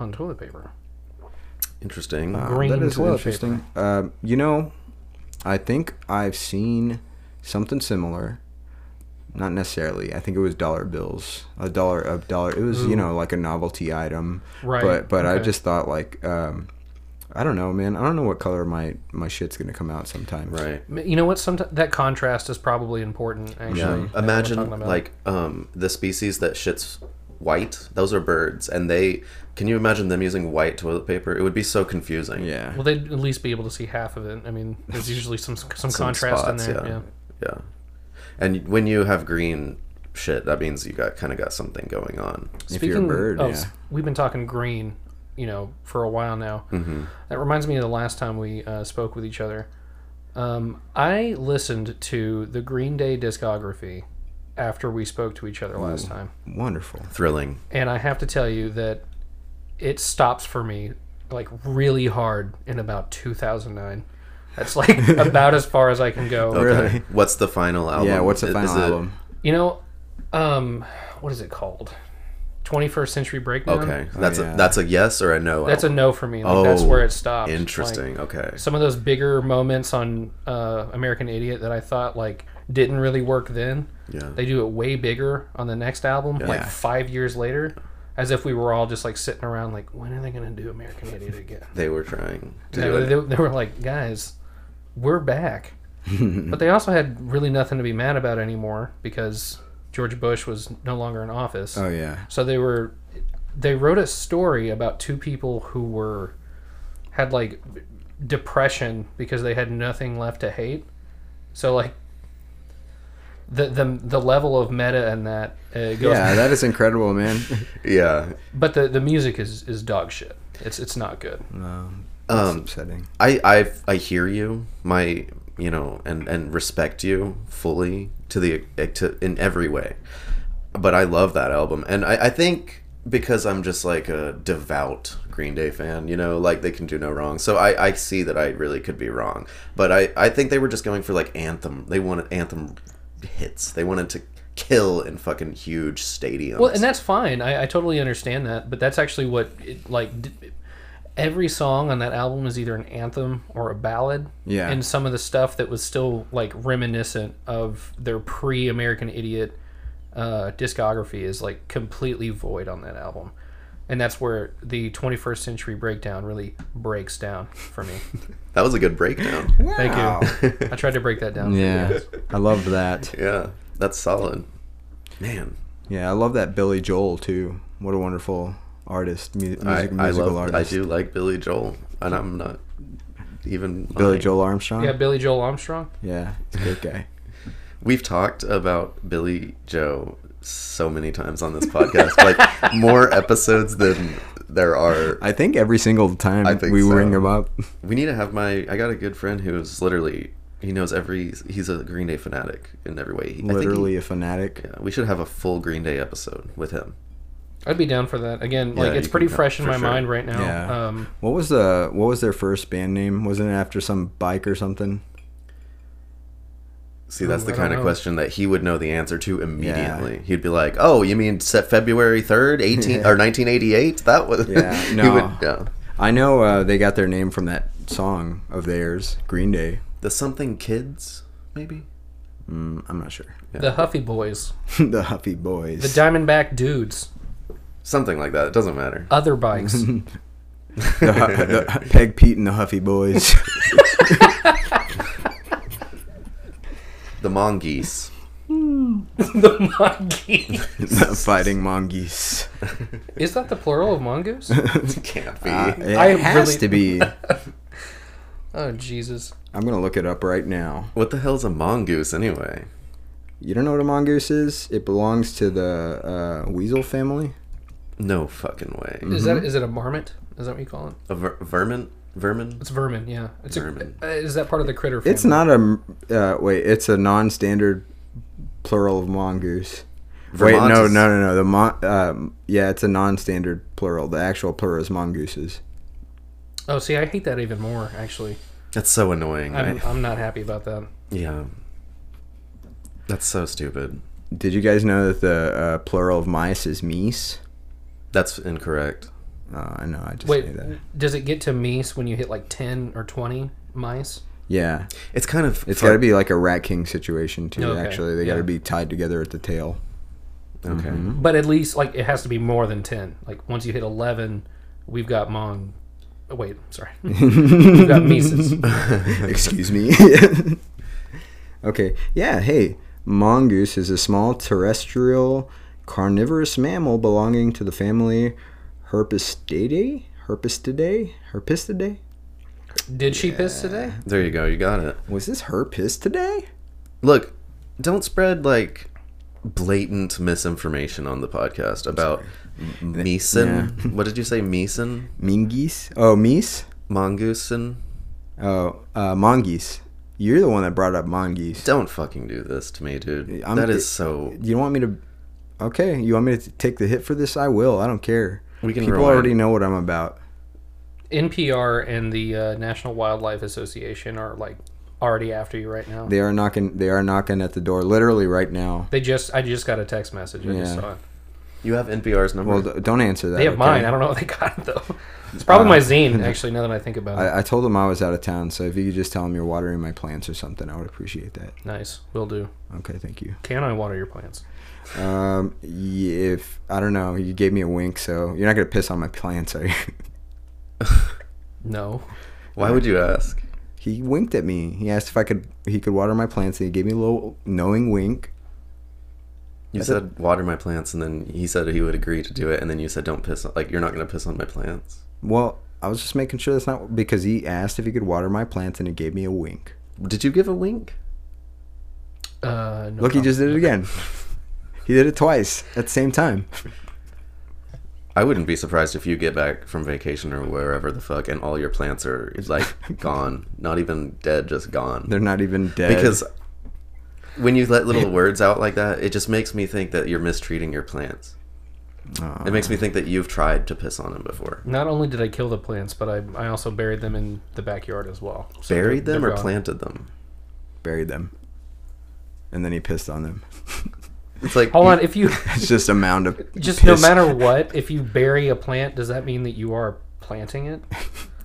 Speaker 4: on toilet paper?
Speaker 3: Interesting.
Speaker 4: Green
Speaker 2: Oh, that is
Speaker 4: toilet
Speaker 2: interesting. Um, you know, I think I've seen something similar. Not necessarily. I think it was dollar bills, a dollar a dollar. It was you know like a novelty item.
Speaker 4: Right,
Speaker 2: But but I
Speaker 4: okay.
Speaker 2: just thought like um, I don't know, man. I don't know what color my my shit's gonna come out sometimes.
Speaker 3: right.
Speaker 4: M- You know what? Some that contrast is probably important. Actually, now that we're
Speaker 3: Imagine
Speaker 4: talking about it.
Speaker 3: like um the species that shits white. Those are birds, and they. Can you imagine them using white toilet paper? It would be so confusing.
Speaker 2: Yeah.
Speaker 4: Well, they'd at least be able to see half of it. I mean, there's usually
Speaker 2: *laughs*
Speaker 4: some some, contrast
Speaker 3: spots,
Speaker 4: in there. Yeah.
Speaker 3: yeah. Yeah. And when you have green shit, that means you got kind of got something going on.
Speaker 2: If you're a bird,
Speaker 4: of-
Speaker 2: yeah.
Speaker 4: We've been talking green, you know, for a while now. Mm-hmm. That reminds me of the last time we uh, spoke with each other. Um, I listened to the Green Day discography after we spoke to each other
Speaker 2: Mm.
Speaker 4: last time,
Speaker 2: Wonderful.
Speaker 3: Thrilling.
Speaker 4: and I have to tell you that it stops for me like really hard in about 2009.
Speaker 2: *laughs*
Speaker 4: That's like about as far as I can go.
Speaker 2: Really?
Speaker 3: Okay. What's the final album?
Speaker 2: Yeah. What's
Speaker 3: Is-
Speaker 2: the
Speaker 3: is
Speaker 2: final
Speaker 3: it-
Speaker 2: album?
Speaker 4: You know, um, what is it called? 21st Century Breakdown.
Speaker 3: Okay, that's
Speaker 2: yeah.
Speaker 3: a that's a yes or a no.
Speaker 4: Oh, That's a
Speaker 3: album.
Speaker 4: no for me. Like, that's
Speaker 3: Oh,
Speaker 4: where it stops. Like,
Speaker 3: Interesting. okay.
Speaker 4: some of those bigger moments on uh, American Idiot that I thought like didn't really work then.
Speaker 3: Yeah.
Speaker 4: They do it way bigger on the next album, like
Speaker 2: Yeah.
Speaker 4: five years later, as if we were all just like sitting around, like, when are they going to do American Idiot again?
Speaker 3: They were trying to *laughs*
Speaker 4: They,
Speaker 3: do it.
Speaker 4: they, they were like, guys,
Speaker 3: *laughs*
Speaker 4: we're back. but they also had really nothing to be mad about anymore because George Bush was no longer in office.
Speaker 2: Oh yeah.
Speaker 4: So they were, they wrote a story about two people who were, had like depression because they had nothing left to hate. So like, the the the level of meta in that uh,
Speaker 3: *laughs*
Speaker 4: goes.
Speaker 2: Yeah, that is incredible, man.
Speaker 3: Yeah.
Speaker 4: *laughs* But the the music is is dog shit. It's it's not good.
Speaker 3: Um,
Speaker 2: That's upsetting.
Speaker 3: I, I I hear you, my you know, and and respect you fully to the to, in every way. But I love that album, and I, I think because I'm just like a devout Green Day fan, you know, like they can do no wrong. So I, I see that I really could be wrong, but I I think they were just going for like anthem. They wanted anthem hits. They wanted to kill in fucking huge stadiums.
Speaker 4: Well, and that's fine. I, I totally understand that, but that's actually what it, like d- every song on that album is either an anthem or a ballad.
Speaker 2: Yeah.
Speaker 4: And some of the stuff that was still like reminiscent of their pre-American Idiot uh, discography is like completely void on that album. And that's where the 21st Century Breakdown really breaks down for
Speaker 3: *laughs*
Speaker 4: me.
Speaker 3: that was a good breakdown.
Speaker 4: Thank you. I tried to break that down. for you
Speaker 2: Yeah,
Speaker 4: guys.
Speaker 2: I love that.
Speaker 3: yeah, that's solid, man.
Speaker 2: Yeah, I love that Billy Joel too. What a wonderful artist, mu- music,
Speaker 3: I, I
Speaker 2: musical
Speaker 3: love, I
Speaker 2: artist.
Speaker 3: do like Billy Joel, and I'm not even
Speaker 2: Billy
Speaker 3: lying.
Speaker 2: Joel Armstrong.
Speaker 4: Yeah, Billy Joel Armstrong.
Speaker 2: Yeah, it's a good guy.
Speaker 3: We've talked about Billy Joe so many times on this podcast,
Speaker 2: *laughs*
Speaker 3: like more episodes than there are.
Speaker 2: I think every single time
Speaker 3: I think
Speaker 2: we
Speaker 3: so.
Speaker 2: ring him up.
Speaker 3: We need to have my. I got a good friend who's literally he knows every. He's a Green Day fanatic in every way. He, I think he-
Speaker 2: Literally a fanatic.
Speaker 3: yeah, we should have a full Green Day episode with him.
Speaker 4: I'd be down for that. Again, like
Speaker 3: you
Speaker 4: it's pretty
Speaker 3: can-
Speaker 4: fresh in
Speaker 3: for
Speaker 4: my
Speaker 3: sure.
Speaker 4: mind right now.
Speaker 2: Yeah.
Speaker 4: Um,
Speaker 2: What was the What was their first band name? Wasn't it after some bike or something?
Speaker 3: See, that's
Speaker 4: Ooh,
Speaker 3: the
Speaker 4: I
Speaker 3: kind
Speaker 4: don't
Speaker 3: of
Speaker 4: know.
Speaker 3: question that he would know the answer to immediately. He'd be like, "Oh, you mean set February third, eighteen
Speaker 4: *laughs*
Speaker 3: or nineteen eighty-eight? That was
Speaker 2: Yeah,
Speaker 3: *laughs* he
Speaker 2: no.
Speaker 3: would- yeah.
Speaker 2: I know uh, they got their name from that song of theirs, Green Day.
Speaker 3: the something kids maybe
Speaker 2: Mm, I'm not sure. *laughs*
Speaker 4: The Huffy Boys,
Speaker 2: the Huffy Boys.
Speaker 4: the Diamondback Dudes,
Speaker 3: something like that it doesn't matter
Speaker 4: Other Bikes.
Speaker 2: the, Hu-
Speaker 3: *laughs*
Speaker 2: the Peg Pete and the Huffy Boys. *laughs*
Speaker 3: the mongoose
Speaker 4: the Mongoose.
Speaker 2: the *laughs* fighting
Speaker 4: *laughs*
Speaker 2: mongoose.
Speaker 4: Is that the plural of mongoose? *laughs*
Speaker 3: can't be
Speaker 2: It
Speaker 4: I
Speaker 2: has
Speaker 4: really-
Speaker 2: to be.
Speaker 4: *laughs* Oh Jesus!
Speaker 2: I'm gonna look it up right now.
Speaker 3: what the hell's a mongoose anyway
Speaker 2: You don't know what a mongoose is? It belongs to the uh, weasel family.
Speaker 3: no fucking way
Speaker 4: Is that is it a marmot? Is that what you call it?
Speaker 3: a ver- vermin vermin
Speaker 4: It's vermin. Yeah. It's
Speaker 3: Vermin.
Speaker 4: A, uh, is that part of the critter? Family?
Speaker 2: It's not a uh, wait. It's a non-standard plural of mongoose. wait,
Speaker 3: Vermont
Speaker 2: no,
Speaker 3: is-
Speaker 2: no, no, no. The mon- um, yeah, it's a non-standard plural. The actual plural is mongooses.
Speaker 4: Oh, see, I hate that even more. Actually,
Speaker 3: that's so annoying
Speaker 4: I'm,
Speaker 3: I-
Speaker 4: I'm not happy about that.
Speaker 3: yeah that's so stupid
Speaker 2: Did you guys know that the uh, plural of mice is meese?
Speaker 3: that's incorrect
Speaker 2: Uh, I know. I just
Speaker 4: Wait,
Speaker 2: knew that.
Speaker 4: does it get to meese when you hit like ten or twenty mice?
Speaker 2: Yeah,
Speaker 3: it's kind of
Speaker 2: it's got to be like a rat king situation too.
Speaker 4: Okay,
Speaker 2: Actually, they got to
Speaker 4: yeah.
Speaker 2: be tied together at the tail.
Speaker 3: okay
Speaker 4: But at least like it has to be more than ten. Like once you hit eleven, we've got mon. Oh, wait, sorry, we've got mises.
Speaker 2: *laughs* Excuse
Speaker 3: *laughs*
Speaker 2: me. okay. Yeah. Hey, mongoose is a small terrestrial carnivorous mammal belonging to the family Herpistidae. Herpistidae. Herpistidae.
Speaker 4: Did she piss today?
Speaker 3: there you go you got it
Speaker 2: Was this herpis today?
Speaker 3: look don't spread like blatant misinformation on the podcast about meeson *laughs* what did you say meeson
Speaker 2: Mingeese. Oh, meese.
Speaker 3: mongoose
Speaker 2: Oh, uh, mongoose. You're the one that brought up mongoose.
Speaker 3: Don't fucking do this to me, dude.
Speaker 2: I'm-
Speaker 3: that is so.
Speaker 2: You want me to? Okay. You want me to t- take the hit for this? I will. I don't care.
Speaker 3: We can
Speaker 2: People
Speaker 3: rewind.
Speaker 2: already know what I'm about.
Speaker 4: NPR and the uh, National Wildlife Association are like already after you right now. They,
Speaker 2: They are knocking. They are knocking at the door, literally right now.
Speaker 4: just I just got a text message. I just
Speaker 2: Yeah.
Speaker 4: saw it.
Speaker 3: You have NPR's number.
Speaker 2: Well, d- don't answer that.
Speaker 4: They have
Speaker 2: okay?
Speaker 4: mine. I don't know if they got it though. It's probably my zine, actually. Now that I think about it,
Speaker 2: I, I told them I was out of town, so if you could just tell them you're watering my plants or something, I would appreciate that.
Speaker 4: nice. Will do.
Speaker 2: Okay, thank you.
Speaker 4: Can I water your plants?
Speaker 2: Um, y- if I don't know, you gave me a wink, so you're not gonna piss on my plants, are you? *laughs*
Speaker 4: No.
Speaker 3: Why would you ask?
Speaker 2: he winked at me. He asked if I could he could water my plants, and he gave me a little knowing wink.
Speaker 3: You said water my plants, and then he said he would agree to do it, and then you said don't piss. On, like you're not gonna piss on my plants.
Speaker 2: Well, I was just making sure that's not because he asked if he could water my plants, and he gave me a wink.
Speaker 3: Did you give a wink?
Speaker 4: Uh, no
Speaker 2: Look, he
Speaker 4: problem.
Speaker 2: just did it again. *laughs* he did it twice at the same time.
Speaker 3: I wouldn't be surprised if you get back from vacation or wherever the fuck, and all your plants are
Speaker 2: *laughs*
Speaker 3: like gone, not even dead, just gone.
Speaker 2: They're not even dead.
Speaker 3: because when you let little words out like that, it just makes me think that you're mistreating your plants.
Speaker 2: Aw.
Speaker 3: It makes me think that you've tried to piss on them before.
Speaker 4: Not only did I kill the plants, but I, I also buried them in the backyard as well. So they're-
Speaker 3: Buried them
Speaker 4: they're
Speaker 3: or
Speaker 4: gone.
Speaker 3: planted
Speaker 4: *laughs*
Speaker 3: them?
Speaker 2: buried them, and then he pissed on them. *laughs*
Speaker 3: It's like
Speaker 4: Hold
Speaker 3: you-
Speaker 4: on, if you *laughs*
Speaker 2: It's just a mound of
Speaker 4: just
Speaker 2: piss.
Speaker 4: no matter what, if you bury a plant, does that mean that you are planting it?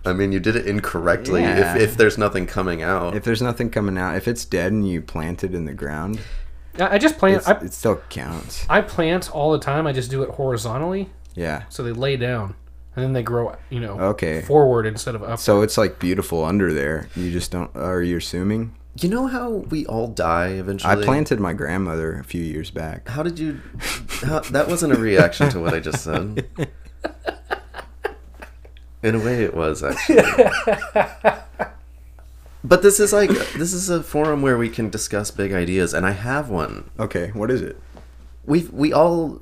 Speaker 3: I mean, you did it incorrectly.
Speaker 2: Yeah.
Speaker 3: If, if there's nothing coming out,
Speaker 2: If there's nothing coming out, if it's dead and you plant it in the ground,
Speaker 4: I I just plant.
Speaker 2: it's,
Speaker 4: I,
Speaker 2: it still counts.
Speaker 4: I plant all the time. I just do it horizontally,
Speaker 2: Yeah.
Speaker 4: so they lay down, and then they grow. You know,
Speaker 2: Okay.
Speaker 4: forward instead of up.
Speaker 2: So it's like beautiful under there. You just don't. Are you assuming?
Speaker 3: you know how we all die eventually.
Speaker 2: I planted my grandmother a few years back.
Speaker 3: How did you? How, that wasn't a reaction to what I just said. In a way, it was actually. but this is like this is a forum where we can discuss big ideas, and I have one.
Speaker 2: Okay, what is it?
Speaker 3: We we all,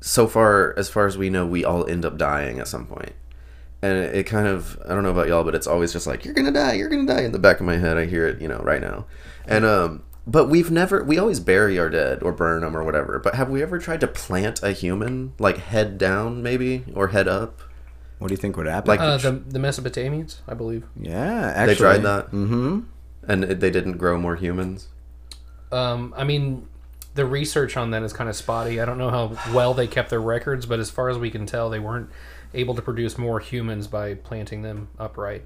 Speaker 3: so far as far as we know, we all end up dying at some point. And it, it kind of I don't know about y'all, but it's always just like you're gonna die, you're gonna die in the back of my head. I hear it, you know, right now. And um, but we've never we always bury our dead or burn them or whatever. But have we ever tried to plant a human like head down maybe or head up?
Speaker 2: What do you think would happen?
Speaker 3: Like-
Speaker 4: uh, the the Mesopotamians, I believe.
Speaker 2: yeah, actually,
Speaker 3: They tried that, mm-hmm. and it, they didn't grow more humans.
Speaker 4: Um, I mean, the research on that is kind of spotty. I don't know how well they kept their records, but as far as we can tell, they weren't able to produce more humans by planting them upright.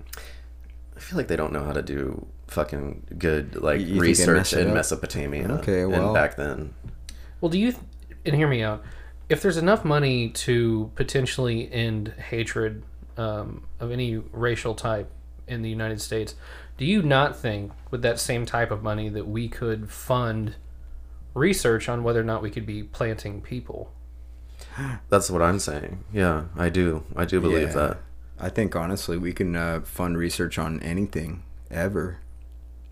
Speaker 3: I feel like they don't know how to do fucking good like
Speaker 2: You- you think they mess
Speaker 3: research
Speaker 2: it
Speaker 3: in
Speaker 2: up?
Speaker 3: Mesopotamia.
Speaker 2: Okay,
Speaker 3: and
Speaker 2: well-
Speaker 3: back then.
Speaker 4: Well, do you, and hear me out, if there's enough money to potentially end hatred um, of any racial type in the United States, do you not think with that same type of money that we could fund research on whether or not we could be planting people?
Speaker 3: That's what I'm saying. Yeah, I do. I do believe
Speaker 2: Yeah.
Speaker 3: that.
Speaker 2: I think honestly, we can uh, fund research on anything ever.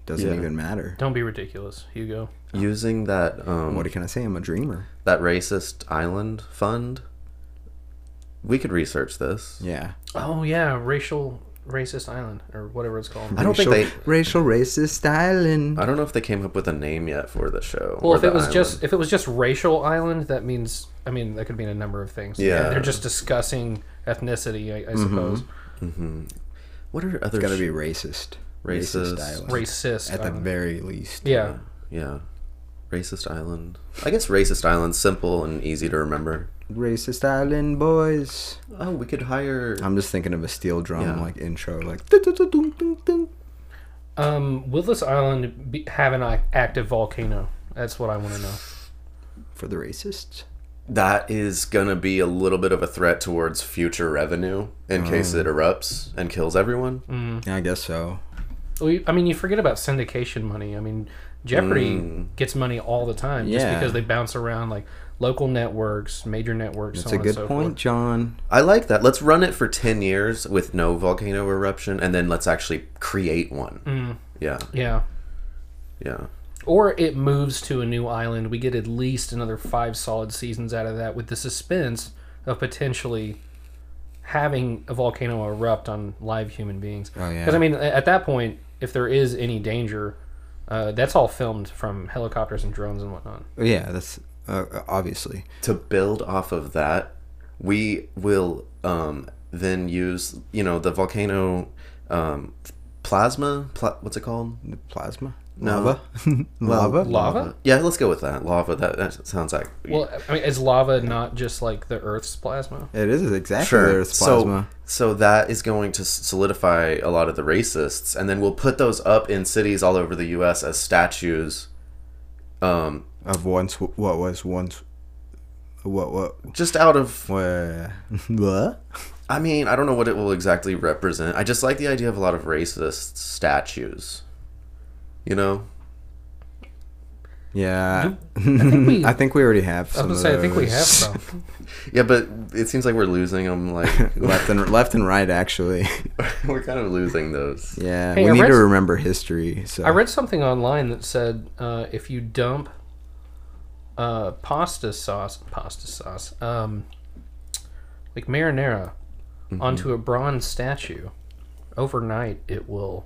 Speaker 2: Doesn't
Speaker 3: Yeah.
Speaker 2: even matter.
Speaker 4: Don't be ridiculous, Hugo.
Speaker 3: Using that um,
Speaker 2: What can I say? I'm a dreamer.
Speaker 3: that racist island fund, we could research this.
Speaker 2: Yeah.
Speaker 4: Oh yeah, racial racist island or whatever it's called.
Speaker 3: I don't think they.
Speaker 2: Racial- racial racist styling.
Speaker 3: I don't know if they came up with a name yet for the show.
Speaker 4: Well,
Speaker 3: or
Speaker 4: if it
Speaker 3: the
Speaker 4: was
Speaker 3: island.
Speaker 4: just if it was just racial island, that means I mean that could mean a number of things.
Speaker 3: Yeah. Mm-hmm.
Speaker 4: they're just discussing ethnicity, I, I suppose.
Speaker 3: what are other
Speaker 2: Gotta
Speaker 3: sh-
Speaker 2: be racist.
Speaker 3: Racist.
Speaker 2: island.
Speaker 4: Racist.
Speaker 2: At the
Speaker 4: island.
Speaker 2: very least.
Speaker 4: yeah,
Speaker 3: yeah, racist island. I guess racist island simple and easy to remember.
Speaker 2: Racist Island Boys.
Speaker 3: Oh, we could hire.
Speaker 2: I'm just thinking of a steel drum
Speaker 3: Yeah.
Speaker 2: like intro, like. "Dun-dun-dun-dun-dun-dun."
Speaker 4: um, will this island be, have an ac- active volcano? That's what I want to know.
Speaker 2: For the racists?
Speaker 3: that is gonna be a little bit of a threat towards future revenue in
Speaker 2: Oh.
Speaker 3: case it erupts and kills everyone.
Speaker 2: Yeah, I guess so.
Speaker 4: Well, you- I mean, you forget about syndication money. I mean, Jeopardy gets money all the time just
Speaker 2: Mm. Yeah.
Speaker 4: because they bounce around like local networks, major networks.
Speaker 2: That's
Speaker 4: so
Speaker 2: a
Speaker 4: on
Speaker 2: good
Speaker 4: and so
Speaker 2: point,
Speaker 4: forth.
Speaker 2: John.
Speaker 3: I like that. Let's run it for 10 years with no volcano eruption and then let's actually create one. Yeah.
Speaker 4: Yeah.
Speaker 3: Yeah.
Speaker 4: or it moves to a new island. We get at least another five solid seasons out of that with the suspense of potentially having a volcano erupt on live human beings.
Speaker 2: Oh, yeah.
Speaker 4: Because I mean, a- at that point, if there is any danger, uh, that's all filmed from helicopters and drones and whatnot.
Speaker 2: Oh, Yeah, that's uh, obviously.
Speaker 3: To build off of that, we will um, then use, you know, the volcano um, plasma. Pla- what's it called?
Speaker 2: The plasma?
Speaker 3: No.
Speaker 2: *laughs* Lava? Lava?
Speaker 4: Lava?
Speaker 3: Yeah, let's go with that. Lava. That, that sounds like
Speaker 4: Well, I mean, is lava not just like the Earth's plasma?
Speaker 2: It is exactly
Speaker 3: sure.
Speaker 2: their plasma.
Speaker 3: So, so that is going to s- solidify a lot of the racists, and then we'll put those up in cities all over the U.S. as statues. Um,
Speaker 2: of once what was once what what
Speaker 3: just out of,
Speaker 2: what *laughs* what?
Speaker 3: I mean, I don't know what it will exactly represent. I just like the idea of a lot of racist statues. You know,
Speaker 2: Yeah,
Speaker 4: I think
Speaker 2: *laughs*
Speaker 4: we.
Speaker 2: I think we already have.
Speaker 4: I
Speaker 2: Some
Speaker 4: was gonna
Speaker 2: of
Speaker 4: say, I think we have
Speaker 2: those.
Speaker 4: some.
Speaker 3: yeah, but it seems like we're losing them.
Speaker 2: *laughs*
Speaker 3: Like *laughs*
Speaker 2: *laughs* left and left and right
Speaker 4: *laughs*
Speaker 2: actually.
Speaker 3: we're kind of losing those.
Speaker 2: Yeah,
Speaker 4: Hey,
Speaker 2: we
Speaker 4: I
Speaker 2: need
Speaker 4: read-
Speaker 2: to remember history. So
Speaker 4: I read something online that said uh, if you dump uh, pasta sauce, pasta sauce, um, like marinara,
Speaker 2: Mm-hmm.
Speaker 4: onto a bronze statue, overnight it will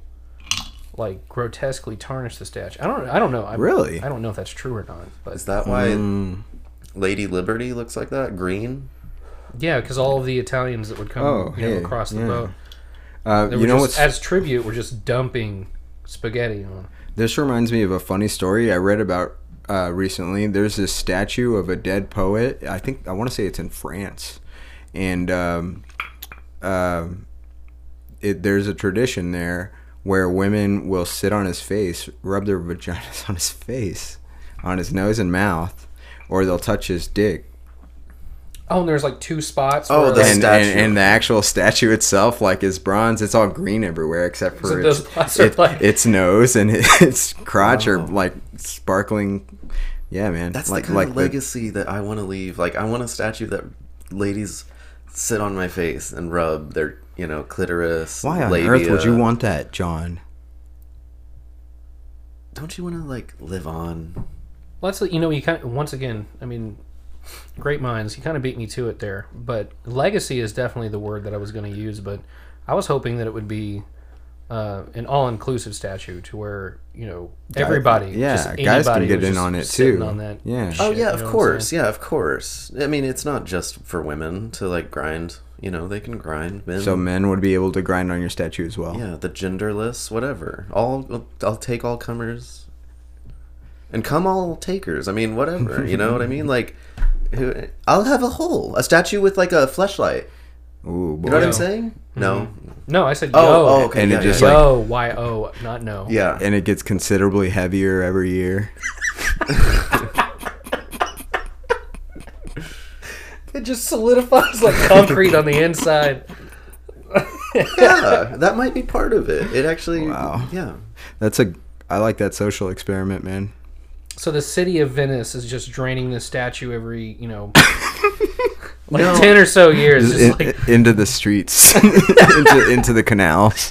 Speaker 4: like grotesquely tarnish the statue. I don't. I don't know. I,
Speaker 2: Really?
Speaker 4: I don't know if that's true or not. But
Speaker 3: Is that why
Speaker 2: Mm.
Speaker 3: Lady Liberty looks like that? Green.
Speaker 4: yeah, because all of the Italians that would come
Speaker 2: Oh,
Speaker 4: you know,
Speaker 2: hey,
Speaker 4: across the
Speaker 2: yeah.
Speaker 4: boat,
Speaker 2: uh,
Speaker 4: they
Speaker 2: you
Speaker 4: were
Speaker 2: know
Speaker 4: just,
Speaker 2: what's
Speaker 4: as tribute, were just dumping spaghetti on.
Speaker 2: This reminds me of a funny story I read about uh, recently. There's this statue of a dead poet. I think I want to say it's in France, and um, um, it, there's a tradition there where women will sit on his face, rub their *laughs* vaginas on his face, on his nose and mouth, or they'll touch his dick.
Speaker 4: Oh, and there's like two spots.
Speaker 3: Oh,
Speaker 4: where,
Speaker 3: the
Speaker 4: like,
Speaker 2: And, and,
Speaker 3: statue.
Speaker 2: and the actual statue itself, like, is bronze. It's all green everywhere except for
Speaker 4: So
Speaker 2: its,
Speaker 4: those plots are
Speaker 2: it-
Speaker 4: like-
Speaker 2: its nose and *laughs* its crotch are like sparkling. Yeah, man.
Speaker 3: That's
Speaker 2: like
Speaker 3: the kind of
Speaker 2: the-
Speaker 3: legacy that I want to leave. Like I want a statue that ladies sit on my face and rub their, you know, clitoris.
Speaker 2: why on
Speaker 3: labia.
Speaker 2: earth would you want that, John?
Speaker 3: Don't you want to like live on?
Speaker 4: Let's you know you kind of once again. I mean, great minds. You kind of beat me to it there, but legacy is definitely the word that I was going to use. But I was hoping that it would be uh, an all-inclusive statue to where you know everybody.
Speaker 2: yeah,
Speaker 4: just
Speaker 2: guys can
Speaker 4: anybody
Speaker 2: get
Speaker 4: was
Speaker 2: in
Speaker 4: just
Speaker 2: on it
Speaker 4: sitting
Speaker 2: too.
Speaker 4: On that
Speaker 2: Yeah.
Speaker 4: shit,
Speaker 3: Oh yeah, of
Speaker 4: you know what I'm
Speaker 3: course.
Speaker 4: saying?
Speaker 3: Yeah, of course. I mean, it's not just for women to like grind. You know, they can grind. Men.
Speaker 2: So men would be able to grind on your statue as well.
Speaker 3: yeah, the genderless, whatever. All I'll take all comers, and come all takers. I mean, whatever. You know what I mean? Like, who, I'll have a hole, a statue with like a fleshlight.
Speaker 2: Ooh, boy.
Speaker 3: You know what
Speaker 4: Yeah.
Speaker 3: I'm saying? No.
Speaker 4: No, I said
Speaker 3: Oh,
Speaker 4: yo.
Speaker 3: oh, okay.
Speaker 2: And it
Speaker 3: yeah,
Speaker 2: just,
Speaker 3: yeah,
Speaker 2: like-
Speaker 4: Yo, y o, not no.
Speaker 3: yeah.
Speaker 2: *laughs* and it gets considerably heavier every year.
Speaker 4: It just
Speaker 2: *laughs*
Speaker 4: solidifies like concrete on the inside.
Speaker 3: yeah, that might be part of it. It actually,
Speaker 2: Wow.
Speaker 3: yeah.
Speaker 2: That's a. I like that social experiment, man.
Speaker 4: So the city of Venice is just draining this statue every,
Speaker 2: *laughs*
Speaker 4: you know, like
Speaker 3: No.
Speaker 4: ten or so years.
Speaker 2: Just in-
Speaker 4: Just
Speaker 2: *laughs*
Speaker 4: like,
Speaker 2: into the *laughs* streets, into, into the canals.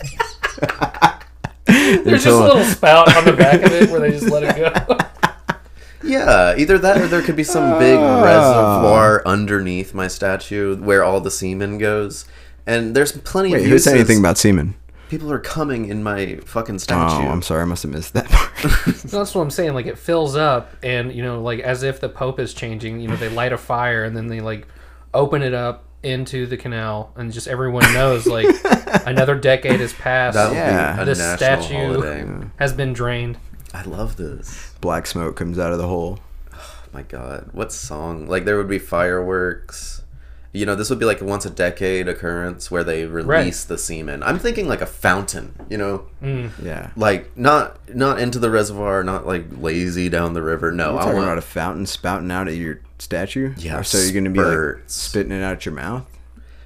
Speaker 4: there's just a little spout on the back of it where they just let it go.
Speaker 3: Yeah, either that or there could be some big
Speaker 2: Ah.
Speaker 3: reservoir underneath my statue where all the semen goes. And there's plenty
Speaker 2: Wait,
Speaker 3: of
Speaker 2: who
Speaker 3: uses.
Speaker 2: said anything about semen?
Speaker 3: People are coming in my fucking
Speaker 2: Oh,
Speaker 3: statue.
Speaker 2: I'm sorry, I must have missed that part. *laughs*
Speaker 4: So *laughs* that's what I'm saying. Like it fills up, and you know, like as if the Pope is changing. You know, they light a fire and then they like open it up into the canal, and just everyone
Speaker 3: *laughs*
Speaker 4: knows like another decade has passed.
Speaker 3: That would
Speaker 2: Yeah.
Speaker 3: be a
Speaker 4: The
Speaker 3: national
Speaker 4: statue.
Speaker 3: holiday.
Speaker 4: has been drained.
Speaker 3: I love this.
Speaker 2: Black smoke comes out of the hole.
Speaker 3: Oh my god, what song? Like there would be fireworks. You know, this would be like a once a decade occurrence where they release the semen. I'm thinking like a fountain, you know?
Speaker 4: Mm.
Speaker 2: Yeah.
Speaker 3: like not not into the reservoir, not like lazy down the river. No,
Speaker 2: I'm
Speaker 3: I
Speaker 2: talking
Speaker 3: want
Speaker 2: about a fountain spouting out at your statue.
Speaker 3: Yeah,
Speaker 2: Or so you're gonna be like
Speaker 3: spurts.
Speaker 2: spitting it out your mouth.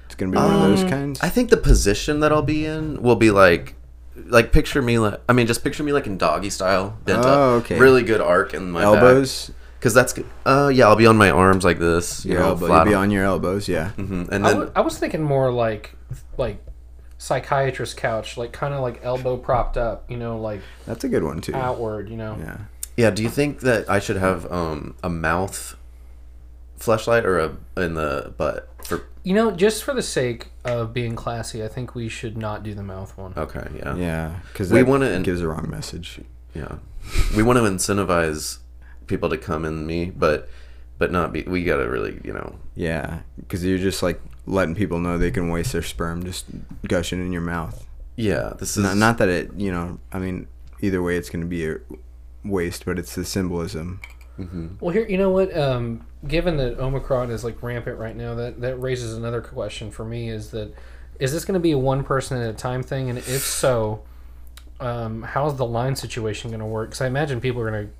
Speaker 2: It's gonna be one of those kinds.
Speaker 3: Um, I think the position that I'll be in will be like like picture me like I mean just picture me like in doggy style, bent up,
Speaker 2: Oh, okay.
Speaker 3: really good arc in my
Speaker 2: elbows.
Speaker 3: because that's good. Uh, yeah, I'll be on my arms like this, you
Speaker 2: Your
Speaker 3: know,
Speaker 2: elbow. You'll
Speaker 3: flat
Speaker 2: be
Speaker 3: on-
Speaker 2: on your elbows. Yeah.
Speaker 3: Mhm. and
Speaker 4: I
Speaker 3: then
Speaker 4: wa- I was thinking more like like psychiatrist couch, like kind of like elbow propped up, you know, like
Speaker 2: That's a good one too.
Speaker 4: outward, you know.
Speaker 2: Yeah.
Speaker 3: yeah. Do you think that I should have um a mouth flashlight or a in the butt for?
Speaker 4: You know, just for the sake of being classy, I think we should not do the mouth one.
Speaker 3: Okay, yeah,
Speaker 2: Yeah. Because
Speaker 3: We
Speaker 2: we want
Speaker 3: wanna
Speaker 2: to
Speaker 3: in-
Speaker 2: gives the wrong message.
Speaker 3: Yeah, we want to incentivize people to come in me, but but not be. We gotta really, you know.
Speaker 2: Yeah. Because you're just like letting people know they can waste their sperm just gushing in your mouth.
Speaker 3: Yeah, this is
Speaker 2: Not, not that it, you know, I mean, either way, it's going to be a waste, but it's the symbolism.
Speaker 4: Well, here, you know what? Um, given that Omicron is like rampant right now, that that raises another question for me: is that is this going to be a one person at a time thing? And if so, um, how's the line situation going to work? Because I imagine people are going to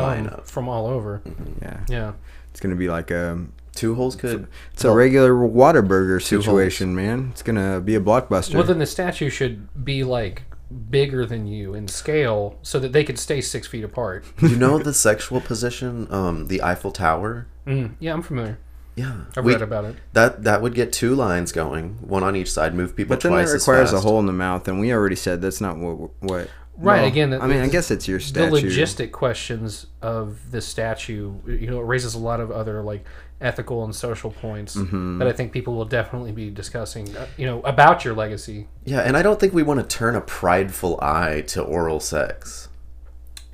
Speaker 3: Line
Speaker 4: come
Speaker 3: up. Mm-hmm.
Speaker 4: from all over.
Speaker 2: Yeah,
Speaker 4: Yeah,
Speaker 2: it's gonna be like um, a
Speaker 3: Two holes could.
Speaker 2: it's a regular Waterburger
Speaker 3: holes.
Speaker 2: situation, man. It's gonna be a blockbuster.
Speaker 4: Well, then the statue should be like bigger than you in scale, so that they could stay six
Speaker 3: *laughs*
Speaker 4: feet apart.
Speaker 3: you know the sexual position, um, the Eiffel Tower.
Speaker 4: Mm, yeah, I'm familiar.
Speaker 3: Yeah,
Speaker 4: I've
Speaker 3: we-
Speaker 4: read about it.
Speaker 3: That that would get two lines going, one on each side. Move people
Speaker 2: but then
Speaker 3: twice
Speaker 2: that requires
Speaker 3: as
Speaker 2: a
Speaker 3: fast.
Speaker 2: hole in the mouth, and we already said that's not what what.
Speaker 4: Right, again, that-
Speaker 2: I mean, I guess it's your statue.
Speaker 4: the logistic questions of the statue you know it raises a lot of other like ethical and social points that i think people will definitely be discussing uh, you know about your legacy
Speaker 3: Yeah, and I don't think we want to turn a prideful eye to oral sex.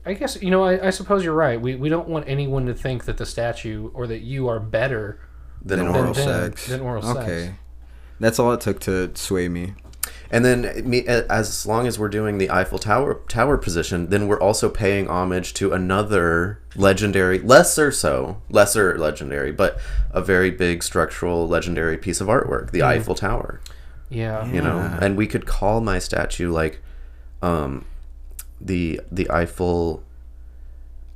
Speaker 4: i guess you know i, I suppose you're right we, we don't want anyone to think that the statue or that you are better
Speaker 3: Than
Speaker 2: than
Speaker 3: oral
Speaker 2: oral
Speaker 4: them
Speaker 2: sex.
Speaker 4: than oral sex.
Speaker 2: okay. that's all it took to sway me.
Speaker 3: And then, me, as long as we're doing the Eiffel Tower tower position, then we're also paying homage to another legendary, lesser so, lesser legendary, but a very big structural legendary piece of artwork, the Eiffel Tower.
Speaker 4: yeah,
Speaker 3: You know, and we could call my statue like, um, the the Eiffel.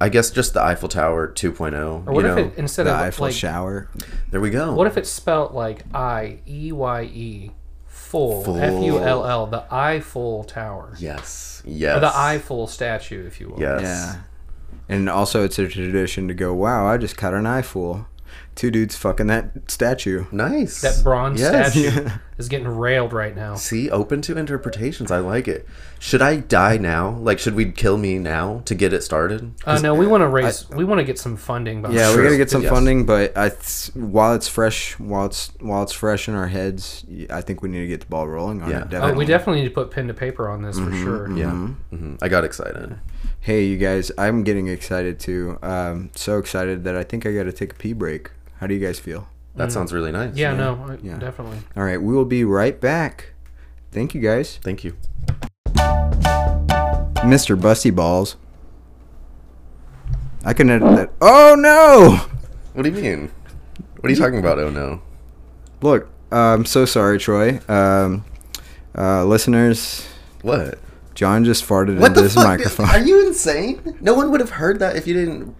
Speaker 3: I guess just the Eiffel Tower 2.0.
Speaker 4: or what
Speaker 3: you
Speaker 4: if
Speaker 3: know,
Speaker 4: it instead
Speaker 2: The
Speaker 4: of
Speaker 2: Eiffel
Speaker 4: like
Speaker 2: shower.
Speaker 3: there we go.
Speaker 4: what if it's spelt like i e y e full
Speaker 3: Full.
Speaker 4: f u l l the Eiffel tower
Speaker 3: Yes. Yes.
Speaker 4: or the Eiffel statue if you will
Speaker 3: Yes.
Speaker 2: Yeah. And also, it's a tradition to go, wow, I just caught an eye fool. Two dudes fucking that statue.
Speaker 3: Nice.
Speaker 4: That bronze
Speaker 3: Yes.
Speaker 4: statue is getting railed right
Speaker 3: *laughs*
Speaker 4: now.
Speaker 3: See, open to interpretations. I like it. Should I die now? Like, should we kill me now to get it started?
Speaker 4: Uh, no, we want to raise. we want to get some funding. Behind
Speaker 2: Yeah,
Speaker 3: Sure.
Speaker 2: we gotta get some
Speaker 3: Yes.
Speaker 2: funding, but I th- while it's fresh, while it's while it's fresh in our heads, y- I think we need to get the ball rolling on
Speaker 3: Yeah.
Speaker 2: it.
Speaker 3: Oh,
Speaker 4: Oh,
Speaker 2: Definitely.
Speaker 4: we definitely need to put pen to paper on this
Speaker 2: Mm-hmm.
Speaker 4: for sure.
Speaker 3: Yeah. hmm I got excited.
Speaker 2: hey, you guys, I'm getting excited too. Um, so excited that I think I gotta take a pee break. How do you guys feel?
Speaker 3: That sounds really nice.
Speaker 4: Mm. Yeah, no, I-
Speaker 2: Yeah.
Speaker 4: definitely.
Speaker 2: All right, we will be right back. Thank you guys,
Speaker 3: Thank you.
Speaker 2: Mr. Busty Balls. I can edit that. Oh no!
Speaker 3: What do you mean? What are you talking about? Oh no.
Speaker 2: Look, uh, I'm so sorry, Troy. Um, uh, listeners,
Speaker 3: What?
Speaker 2: John just farted
Speaker 3: What
Speaker 2: into
Speaker 3: the
Speaker 2: his
Speaker 3: fuck?
Speaker 2: microphone. *laughs*
Speaker 3: Are you insane? No one would have heard that if you didn't.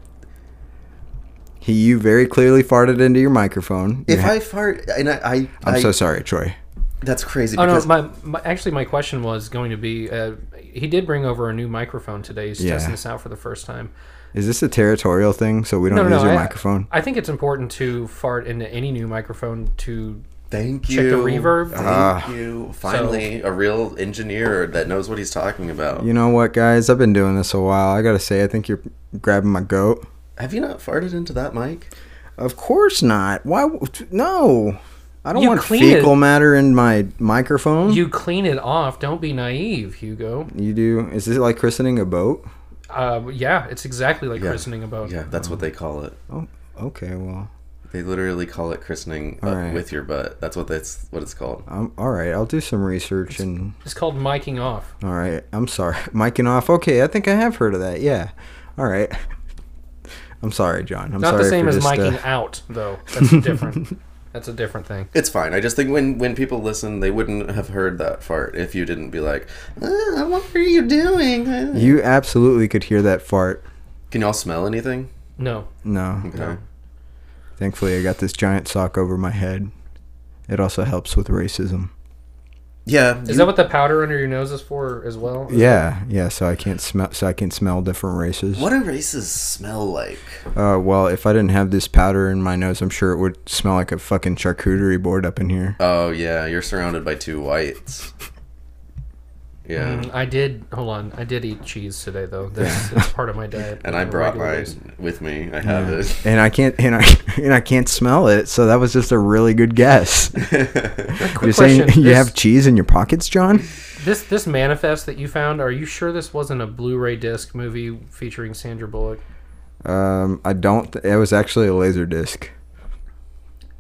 Speaker 2: He, you very clearly farted into your microphone.
Speaker 3: If
Speaker 2: You ha-
Speaker 3: I fart, and I, I,
Speaker 2: I'm
Speaker 3: I-
Speaker 2: so sorry, Troy.
Speaker 3: That's crazy.
Speaker 4: Oh no,
Speaker 3: because-
Speaker 4: my, my actually my question was going to be. Uh, he did bring over a new microphone today. He's
Speaker 2: Yeah.
Speaker 4: testing this out for the first time.
Speaker 2: Is this a territorial thing? So we don't
Speaker 4: No, no,
Speaker 2: use
Speaker 4: no.
Speaker 2: your
Speaker 4: I,
Speaker 2: microphone.
Speaker 4: I think it's important to fart into any new microphone to.
Speaker 3: Thank you.
Speaker 4: Check the reverb.
Speaker 3: Thank
Speaker 2: Ah.
Speaker 3: you. Finally, a real engineer that knows what he's talking about.
Speaker 2: you know what, guys? I've been doing this a while. I gotta say, I think you're grabbing my goat.
Speaker 3: Have you not farted into that mic?
Speaker 2: Of course not. Why? w- t- No. I don't
Speaker 4: You
Speaker 2: want
Speaker 4: clean
Speaker 2: fecal
Speaker 4: it.
Speaker 2: matter in my microphone. You,
Speaker 4: You clean it off. Don't be naive, Hugo.
Speaker 2: do? Is this like christening a boat?
Speaker 4: Uh, yeah, it's exactly like
Speaker 3: Yeah.
Speaker 4: christening a boat.
Speaker 3: Yeah, that's what they call it.
Speaker 2: Oh, okay. Well,
Speaker 3: They literally call it christening uh,
Speaker 2: right.
Speaker 3: with your butt. That's what that's what it's called.
Speaker 2: I'm all right. I'll do some research and.
Speaker 4: It's called miking off.
Speaker 2: All right. I'm sorry. *laughs* Miking off. Okay. I think I have heard of that. Yeah. All right. *laughs* I'm sorry, John. I'm
Speaker 4: Not
Speaker 2: sorry
Speaker 4: the same
Speaker 2: for
Speaker 4: as
Speaker 2: just, uh,
Speaker 4: miking out, though. That's
Speaker 2: *laughs*
Speaker 4: different. That's a different thing.
Speaker 3: It's fine. I just think when when people listen, they wouldn't have heard that fart if you didn't be like, "Uh, "What are you doing?" Uh."
Speaker 2: You absolutely could hear that fart.
Speaker 3: Can y'all smell anything?
Speaker 4: No,
Speaker 2: No.
Speaker 3: No.
Speaker 2: Thankfully, I got this giant sock over my head. It also helps with racism.
Speaker 3: Yeah.
Speaker 4: Is that what the powder under your nose is for as well?
Speaker 2: Yeah, yeah. So I can't smell. So I can smell different races.
Speaker 3: what do races smell like?
Speaker 2: Uh, well, if I didn't have this powder in my nose, I'm sure it would smell like a fucking charcuterie board up in here.
Speaker 3: Oh yeah, you're surrounded by two whites. Yeah.
Speaker 2: Hmm.
Speaker 4: Mm, I did. Hold on. I did eat cheese
Speaker 2: *laughs*
Speaker 4: today, though. That's, that's part of my diet.
Speaker 3: And
Speaker 4: on
Speaker 3: I
Speaker 4: a
Speaker 3: brought
Speaker 4: regular
Speaker 3: mine
Speaker 4: basis.
Speaker 3: with me. I have
Speaker 4: Uh, *laughs*
Speaker 3: it.
Speaker 2: And I can't. And I. *laughs* And I can't smell it. So that was just a really good
Speaker 4: *laughs*
Speaker 2: guess. You're saying
Speaker 4: question,
Speaker 2: *laughs* you
Speaker 4: this-
Speaker 2: have cheese in your pockets, John?
Speaker 4: *laughs* This this manifest that you found. Are you sure this wasn't a Blu-ray disc movie featuring Sandra Bullock?
Speaker 2: Um, I don't. Th- it was actually a laser disc.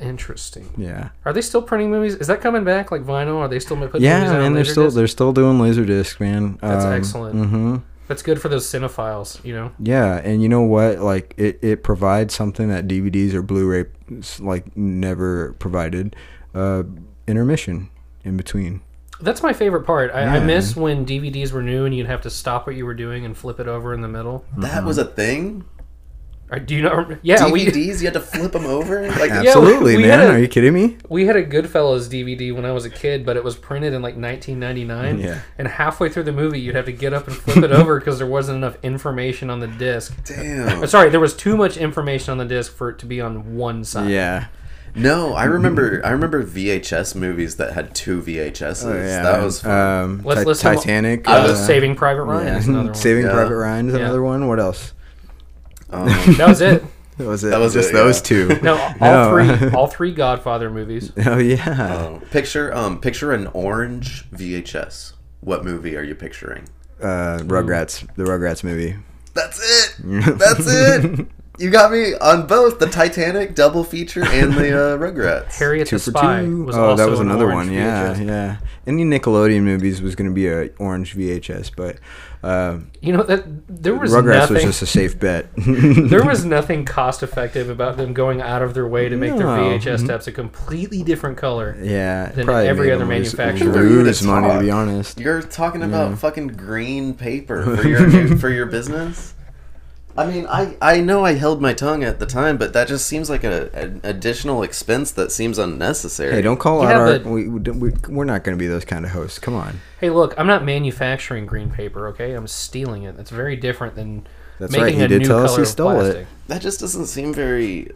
Speaker 4: Interesting.
Speaker 2: Yeah.
Speaker 4: Are they still printing movies? Is that coming back like vinyl? Are they still putting
Speaker 2: Yeah,
Speaker 4: movies out on
Speaker 2: man. They're still
Speaker 4: Laserdisc?
Speaker 2: they're still doing laser disc, man.
Speaker 4: That's
Speaker 2: Um,
Speaker 4: excellent.
Speaker 2: mhm.
Speaker 4: But That's good for those cinephiles, you know.
Speaker 2: Yeah, and you know what? Like it, it provides something that DVDs or Blu-ray like never provided. Uh, intermission in between.
Speaker 4: That's my favorite part. I, I miss when DVDs were new and you'd have to stop what you were doing and flip it over in the middle.
Speaker 3: *laughs* That was a
Speaker 2: Mm-hmm.
Speaker 3: thing.
Speaker 4: Or do you not? Remember? Yeah,
Speaker 3: DVDs,
Speaker 4: we
Speaker 3: you had to flip them *laughs* over. Like
Speaker 4: Yeah, we-
Speaker 2: Absolutely,
Speaker 4: we had
Speaker 2: man.
Speaker 4: a-
Speaker 2: Are you kidding me?
Speaker 4: we had a Goodfellas DVD when I was a kid, but it was printed in like 1999.
Speaker 2: Yeah.
Speaker 4: And halfway through the movie, you'd have to get up and flip it over because there wasn't enough information on the disc.
Speaker 3: damn.
Speaker 4: Uh, Sorry, there was too much information on the disc for it to be on one side.
Speaker 2: Yeah.
Speaker 3: No, I remember. I remember VHS movies that had two VHSs.
Speaker 2: Oh, Yeah,
Speaker 3: that
Speaker 2: man. *laughs*
Speaker 3: was fun.
Speaker 2: um,
Speaker 4: Let's
Speaker 2: Ti-
Speaker 4: list them all-
Speaker 2: Titanic.
Speaker 4: Uh,
Speaker 2: uh, *laughs*
Speaker 4: Saving Private Ryan
Speaker 2: yeah.
Speaker 4: is another one.
Speaker 2: Saving
Speaker 3: Yeah.
Speaker 2: Private Ryan is
Speaker 4: Yeah.
Speaker 2: another one. What else?
Speaker 3: Um,
Speaker 4: that
Speaker 2: *laughs*
Speaker 4: was it.
Speaker 2: That was it.
Speaker 3: That was
Speaker 2: just
Speaker 3: it,
Speaker 2: those
Speaker 3: yeah.
Speaker 4: *laughs*
Speaker 2: two.
Speaker 4: No, all
Speaker 2: No.
Speaker 4: three, all three Godfather movies.
Speaker 2: *laughs* Oh yeah.
Speaker 3: um, picture, um, picture an orange VHS. What movie are you picturing?
Speaker 2: Uh, Rugrats, the Rugrats movie.
Speaker 3: That's it. That's
Speaker 2: *laughs*
Speaker 3: it. You got me on both the Titanic double feature and the
Speaker 2: *laughs*
Speaker 3: uh, Rugrats.
Speaker 4: Harriet the Spy was
Speaker 2: oh,
Speaker 4: also
Speaker 2: that was
Speaker 4: an
Speaker 2: another
Speaker 4: orange
Speaker 2: one. Yeah,
Speaker 4: VHS.
Speaker 2: yeah. Any Nickelodeon movies was going to be a orange VHS, but uh,
Speaker 4: You know that there was
Speaker 2: Rugrats
Speaker 4: nothing.
Speaker 2: was
Speaker 4: *laughs*
Speaker 2: just a safe *laughs* bet.
Speaker 4: there was nothing cost effective about them going out of their way to make their
Speaker 2: No. Mm-hmm.
Speaker 4: VHS tapes a completely different color.
Speaker 2: yeah,
Speaker 4: Than
Speaker 2: probably
Speaker 4: every
Speaker 2: made
Speaker 4: other
Speaker 2: them lose-
Speaker 4: manufacturer.
Speaker 2: lose
Speaker 3: Talk.
Speaker 2: money to be honest.
Speaker 3: You're talking about fucking green paper
Speaker 2: *laughs*
Speaker 3: for your new, for your business. I mean, I I know I held my tongue at the time, but that just seems like a, an additional expense that seems unnecessary.
Speaker 2: Hey, don't call
Speaker 4: Yeah,
Speaker 2: out our.
Speaker 4: but-
Speaker 2: We, we, don't- we, we're not going to be those kind of hosts. Come on.
Speaker 4: Hey, look, I'm not manufacturing green paper, okay? I'm stealing it. That's very different than
Speaker 2: That's right,
Speaker 4: making
Speaker 2: he
Speaker 4: a
Speaker 2: did
Speaker 4: new
Speaker 2: tell
Speaker 4: color
Speaker 2: us he
Speaker 4: of
Speaker 2: stole it.
Speaker 4: plastic.
Speaker 3: That just doesn't seem very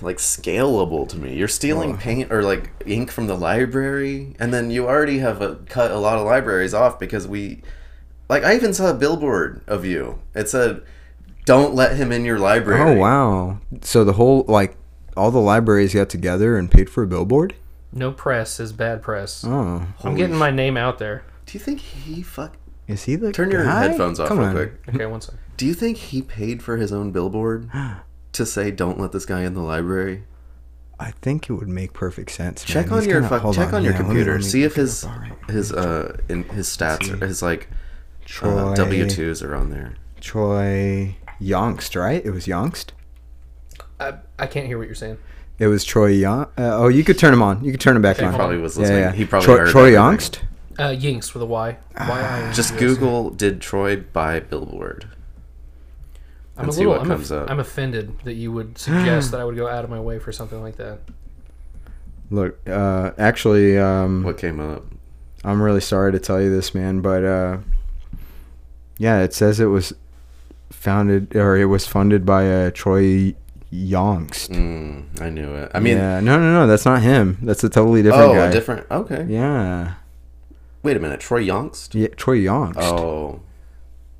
Speaker 3: like scalable to me. You're stealing paint or like ink from the library, and then you already have uh cut a lot of libraries off because we, like, I even saw a billboard of you. It said, "Don't let him in your
Speaker 2: Oh
Speaker 3: library."
Speaker 2: wow! So the whole like all the libraries got together and paid for a billboard.
Speaker 4: No press is bad press.
Speaker 2: Oh,
Speaker 4: I'm getting my name out there.
Speaker 3: Do you think he fuck?
Speaker 2: is he the
Speaker 3: Turn your
Speaker 2: guy?
Speaker 3: headphones off
Speaker 2: Come
Speaker 3: real
Speaker 2: on.
Speaker 3: quick.
Speaker 4: Okay, one second.
Speaker 3: Do you think he paid for his own
Speaker 2: *gasps*
Speaker 3: billboard to say "Don't let this guy in the library"?
Speaker 2: I think it would make perfect sense.
Speaker 3: Check
Speaker 2: man.
Speaker 3: on
Speaker 2: He's
Speaker 3: your
Speaker 2: gonna-
Speaker 3: fuck,
Speaker 2: hold
Speaker 3: check on your
Speaker 2: yeah, let me-
Speaker 3: computer.
Speaker 2: let me
Speaker 3: see if
Speaker 2: look it
Speaker 3: his
Speaker 2: up. All right.
Speaker 3: his uh in his stats or his like uh,
Speaker 2: Troy
Speaker 3: W twos are on there.
Speaker 2: Troy Youngst, right? It was Youngst.
Speaker 4: I, I can't hear what you're saying.
Speaker 2: It was Troy Young. Uh, oh, you could turn him on. You could turn him back on.
Speaker 3: probably was listening. He probably
Speaker 2: Uh-huh. Troy,
Speaker 3: heard
Speaker 2: Troy
Speaker 3: everything.
Speaker 2: Youngst.
Speaker 4: Uh, Yinks with a Y. Y-I-N-K-S.
Speaker 3: Ah, Just Google "Did Troy buy billboard?"
Speaker 4: I'm
Speaker 3: and
Speaker 4: a
Speaker 3: see
Speaker 4: little.
Speaker 3: what
Speaker 4: I'm,
Speaker 3: comes
Speaker 4: off-
Speaker 3: up.
Speaker 4: I'm offended that you would
Speaker 3: *gasps*
Speaker 4: suggest that I would go out of my way for something like that.
Speaker 2: Look, uh, actually, um,
Speaker 3: What came up?
Speaker 2: I'm really sorry to tell you this, man, but uh, yeah, it says it was founded or it was funded by uh, Troy Youngst.
Speaker 3: Mm, I knew it. I mean,
Speaker 2: yeah, no, no, no, that's not him. That's a totally different
Speaker 3: oh,
Speaker 2: guy.
Speaker 3: a different. Okay,
Speaker 2: yeah.
Speaker 3: wait a minute. Troy Youngst.
Speaker 2: yeah, Troy Youngst.
Speaker 3: Oh,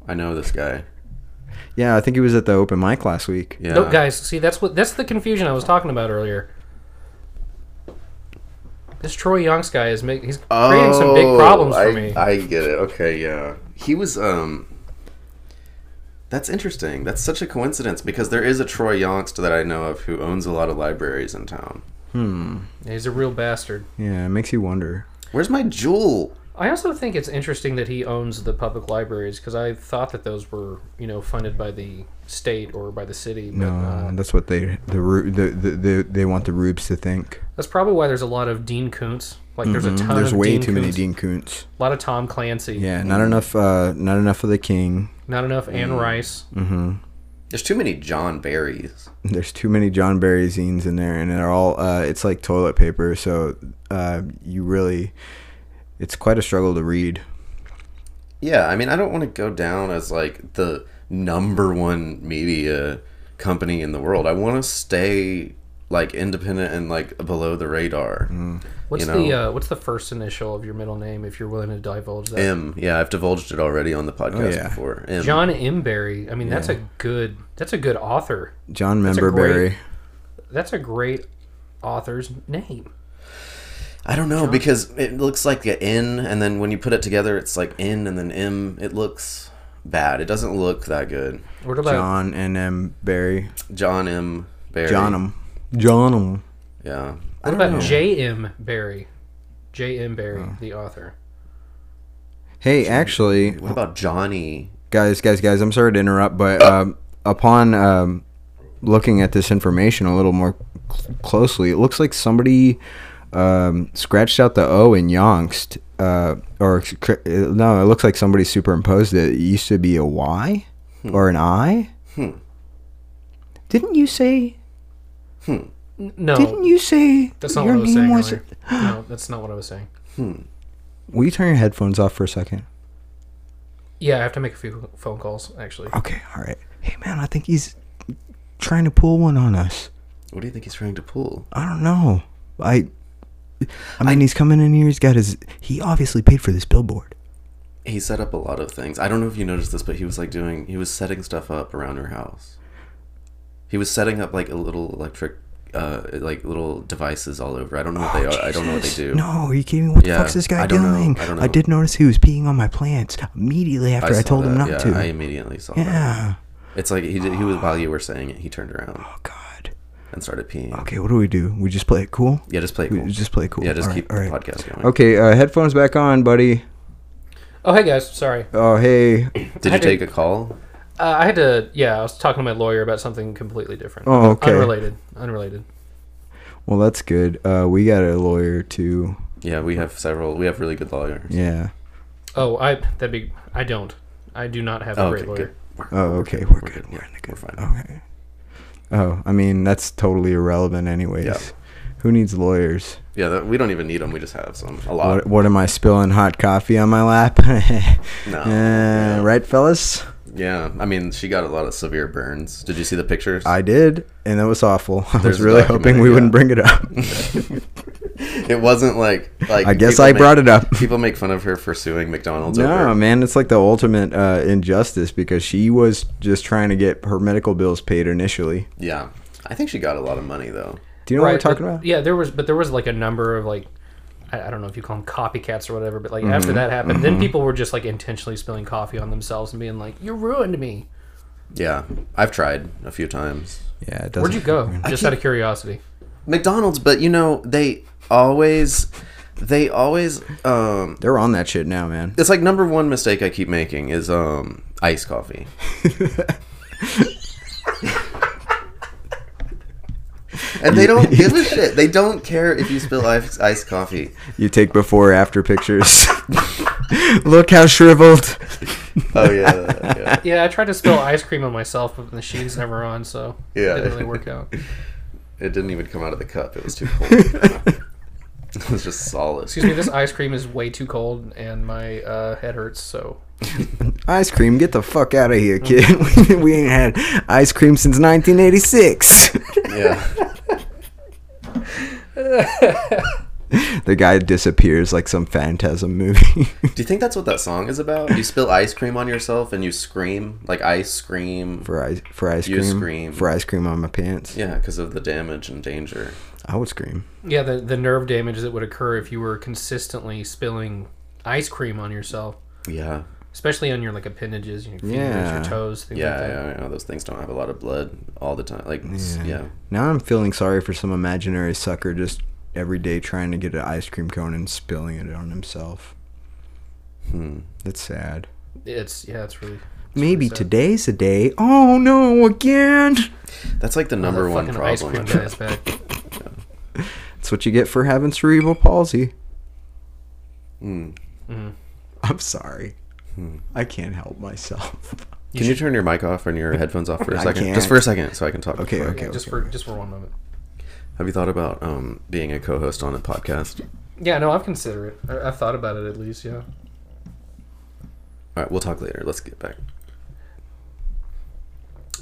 Speaker 3: I know this guy.
Speaker 2: Yeah, I think he was at the open mic last week.
Speaker 3: Yeah,
Speaker 4: No, guys, see that's what that's the confusion I was talking about earlier. This Troy Youngs guy is making he's creating some big
Speaker 3: Oh,
Speaker 4: problems
Speaker 3: I,
Speaker 4: for me.
Speaker 3: I get it. Okay, yeah. He was um That's interesting. That's such a coincidence because there is a Troy Youngst that I know of who owns a lot of libraries in town.
Speaker 4: he's a real bastard.
Speaker 2: Yeah, it makes you wonder.
Speaker 3: Where's my jewel?
Speaker 4: I also think it's interesting that he owns the public libraries because I thought that those were you know funded by the state or by the city. But,
Speaker 2: Uh,
Speaker 4: uh,
Speaker 2: that's what they the, Ru- the, the, the they want the rubes to think.
Speaker 4: that's probably why there's a lot of Dean Koontz. Like there's a ton
Speaker 2: Mm-hmm. There's
Speaker 4: of
Speaker 2: way
Speaker 4: Dean
Speaker 2: too many
Speaker 4: Koontz, Mm.
Speaker 2: Dean Koontz.
Speaker 4: A lot of Tom Clancy.
Speaker 2: Yeah, not enough. Uh, not enough of the king.
Speaker 4: Not enough Anne Rice.
Speaker 2: Mm.
Speaker 3: There's too many John Berries.
Speaker 2: There's too many John Barry zines in there, and they're all. Uh, it's like toilet paper, so uh, you really, it's quite a struggle to read.
Speaker 3: Yeah, I mean, I don't want to go down as like the number one media company in the world. I want to stay like independent and like below the radar.
Speaker 4: What's
Speaker 3: You
Speaker 4: the uh, what's the first initial of your middle name if you're willing to divulge that?
Speaker 3: M, yeah, I've divulged it already on the podcast
Speaker 2: yeah.
Speaker 3: before. M.
Speaker 4: John Imberry. I mean, that's a good that's a good author.
Speaker 2: John
Speaker 4: a
Speaker 2: Member
Speaker 4: great-
Speaker 2: Barry.
Speaker 4: That's a great author's name.
Speaker 3: I don't know because it looks like an N, and then when you put it together, it's like N and then M. It looks bad. It doesn't look that good.
Speaker 4: What about
Speaker 2: John and M Barry.
Speaker 3: John M. Barry.
Speaker 2: Johnum. Johnum.
Speaker 3: Yeah.
Speaker 4: what about J M Barry?
Speaker 2: Oh.
Speaker 4: J M Barry, the author.
Speaker 2: Hey, actually,
Speaker 3: What about Johnny
Speaker 2: guys, guys, guys. I'm sorry to interrupt, but um, upon um, looking at this information a little more cl- closely, it looks like somebody um, scratched out the O in Youngst. Uh, or cr- uh, no, it looks like somebody superimposed it. It used to be a Y
Speaker 4: Hmm.
Speaker 2: or an I. Didn't you say?
Speaker 4: No,
Speaker 2: Didn't you say
Speaker 4: Oh. that's not what I was saying. earlier.
Speaker 2: *gasps*
Speaker 4: No, that's not what I was saying.
Speaker 2: Will you turn your headphones off for a second?
Speaker 4: Yeah, I have to make a few phone calls actually.
Speaker 2: Okay, all right. Hey, man, I think he's trying to pull one on us.
Speaker 3: What do you think he's trying to pull?
Speaker 2: I don't know. I, I mean, he's coming in here. He's got his. He obviously paid for this billboard.
Speaker 3: He set up a lot of things. I don't know if you noticed this, but he was like doing, he was setting stuff up around her house. He was setting up like a little electric, uh, like little devices all over. I don't know what they are. I don't know what they
Speaker 2: Oh, Jesus.
Speaker 3: do.
Speaker 2: No, are you kidding me? What
Speaker 3: Yeah,
Speaker 2: the fuck's this guy
Speaker 3: I don't know.
Speaker 2: doing?
Speaker 3: I don't know.
Speaker 2: did notice he was peeing on my plants immediately after
Speaker 3: saw
Speaker 2: I, told him
Speaker 3: that.
Speaker 2: not
Speaker 3: yeah,
Speaker 2: to.
Speaker 3: I immediately saw that.
Speaker 2: yeah.
Speaker 3: It's like he did, he was while you were saying it, he turned around
Speaker 2: Oh God.
Speaker 3: and started peeing.
Speaker 2: Okay, what do we do? We just play it cool.
Speaker 3: Yeah, just play it
Speaker 2: We
Speaker 3: cool.
Speaker 2: Oh. just play it cool.
Speaker 3: Yeah, just
Speaker 2: All right,
Speaker 3: keep
Speaker 2: all
Speaker 3: the
Speaker 2: right.
Speaker 3: podcast going.
Speaker 2: Okay, uh, headphones back on, buddy.
Speaker 4: Oh hey guys, sorry.
Speaker 2: Oh hey.
Speaker 3: Did
Speaker 4: I
Speaker 3: you
Speaker 4: did-
Speaker 3: take a call?
Speaker 4: Uh, I had to. Yeah, I was talking to my lawyer about something completely different.
Speaker 2: Oh, okay.
Speaker 4: Unrelated. Unrelated.
Speaker 2: Well, that's good. Uh, we got a lawyer too.
Speaker 3: Yeah, we have several. We have really good lawyers.
Speaker 2: Yeah.
Speaker 4: Oh, I that'd be. I don't. I do not have a
Speaker 3: Oh,
Speaker 4: great
Speaker 3: okay,
Speaker 4: lawyer.
Speaker 3: good. We're-
Speaker 2: Oh, okay. We're, good.
Speaker 3: good,
Speaker 2: We're
Speaker 3: yeah,
Speaker 2: in the good.
Speaker 3: we're fine.
Speaker 2: Okay. Oh, I mean that's totally irrelevant, anyways.
Speaker 3: Yeah.
Speaker 2: Who needs lawyers?
Speaker 3: Yeah, that, we don't even need them. We just have some. A lot.
Speaker 2: What, what am I spilling hot coffee on my lap? *laughs*
Speaker 3: No.
Speaker 2: Uh, right, fellas?
Speaker 3: Yeah, I mean, she got a lot of severe burns. Did you see the pictures?
Speaker 2: I did, and that was awful. *laughs* I
Speaker 3: There's
Speaker 2: was
Speaker 3: a
Speaker 2: really hoping
Speaker 3: documentary,
Speaker 2: we
Speaker 3: yeah.
Speaker 2: wouldn't bring
Speaker 3: *laughs*
Speaker 2: it up.
Speaker 3: *laughs* it wasn't like like.
Speaker 2: *laughs* I guess
Speaker 3: people
Speaker 2: I
Speaker 3: make-
Speaker 2: brought
Speaker 3: *laughs*
Speaker 2: it up.
Speaker 3: People make fun of her for suing McDonald's.
Speaker 2: No,
Speaker 3: over.
Speaker 2: man, it's like the ultimate uh, injustice because she was just trying to get her medical bills paid initially.
Speaker 3: Yeah, I think she got a lot of money though.
Speaker 2: Do you know what we're talking
Speaker 4: but-
Speaker 2: about?
Speaker 4: Yeah, there was, but there was like a number of like, I, I don't know if you call them copycats or whatever, but like
Speaker 2: Mm-hmm.
Speaker 4: after that happened, then people were just like intentionally spilling coffee on themselves and being like, "You ruined me."
Speaker 3: Yeah, I've tried a few times.
Speaker 2: Yeah, it
Speaker 4: Where'd
Speaker 2: doesn't-
Speaker 4: you go? Just out of curiosity.
Speaker 3: McDonald's, but you know they always, they always. um
Speaker 2: *laughs* They're on that shit now, man.
Speaker 3: It's like number one mistake I keep making is um iced coffee.
Speaker 2: *laughs*
Speaker 3: and they don't give a shit. They don't care if you spill ice, iced coffee.
Speaker 2: You take before or after pictures. *laughs* Look how shriveled.
Speaker 3: Oh yeah, yeah.
Speaker 4: *laughs* Yeah, I tried to spill ice cream on myself, but the machine's never on, so
Speaker 3: Yeah.
Speaker 4: it didn't really work out.
Speaker 3: It didn't even come out of the cup. It was too
Speaker 2: *laughs*
Speaker 3: cold. it was just solid.
Speaker 4: Excuse me, this ice cream is way too cold, and my uh, head hurts. So
Speaker 2: Ice cream, get the fuck out of here, kid. *laughs* we ain't had ice cream since 1986.
Speaker 3: Yeah.
Speaker 2: *laughs* the guy disappears like some phantasm movie. *laughs*
Speaker 3: Do you think that's what that song is about? You spill ice cream on yourself and you scream like ice cream.
Speaker 2: for ice, for ice
Speaker 3: You
Speaker 2: cream,
Speaker 3: scream.
Speaker 2: for ice cream on my pants.
Speaker 3: Yeah, because of the damage and danger.
Speaker 2: I would scream.
Speaker 4: yeah, the the nerve damage that would occur if you were consistently spilling ice cream on yourself.
Speaker 3: Yeah.
Speaker 4: especially on your like appendages, your fingers,
Speaker 2: Yeah.
Speaker 4: your toes, things
Speaker 3: Yeah,
Speaker 4: like that.
Speaker 3: yeah, yeah. Those things don't have a lot of blood all the time. Like, s- yeah.
Speaker 2: Now I'm feeling sorry for some imaginary sucker just every day trying to get an ice cream cone and spilling it on himself.
Speaker 3: Hmm.
Speaker 2: That's sad.
Speaker 4: It's yeah, it's really
Speaker 2: Maybe
Speaker 4: sad.
Speaker 2: today's the day. Oh no, again.
Speaker 3: That's like the number
Speaker 4: the
Speaker 3: one
Speaker 4: fucking ice
Speaker 3: problem.
Speaker 4: cream
Speaker 3: I
Speaker 4: guy
Speaker 3: think.
Speaker 4: is
Speaker 3: *laughs*
Speaker 4: back.
Speaker 2: That's what you get for having cerebral palsy.
Speaker 3: Hmm.
Speaker 2: Mm. I'm sorry. I can't help
Speaker 3: *laughs*
Speaker 2: myself.
Speaker 3: Can you turn your mic off and your headphones off for a
Speaker 2: I
Speaker 3: second?
Speaker 2: can't.
Speaker 3: Just for a second, so I can talk.
Speaker 2: Okay,
Speaker 3: for-
Speaker 2: okay.
Speaker 4: just for just for one moment.
Speaker 3: Have you thought about um, being a co-host on a podcast?
Speaker 4: Yeah, no, I've considered it. I, I've thought about it at least. Yeah.
Speaker 3: All right, we'll talk later. Let's get back.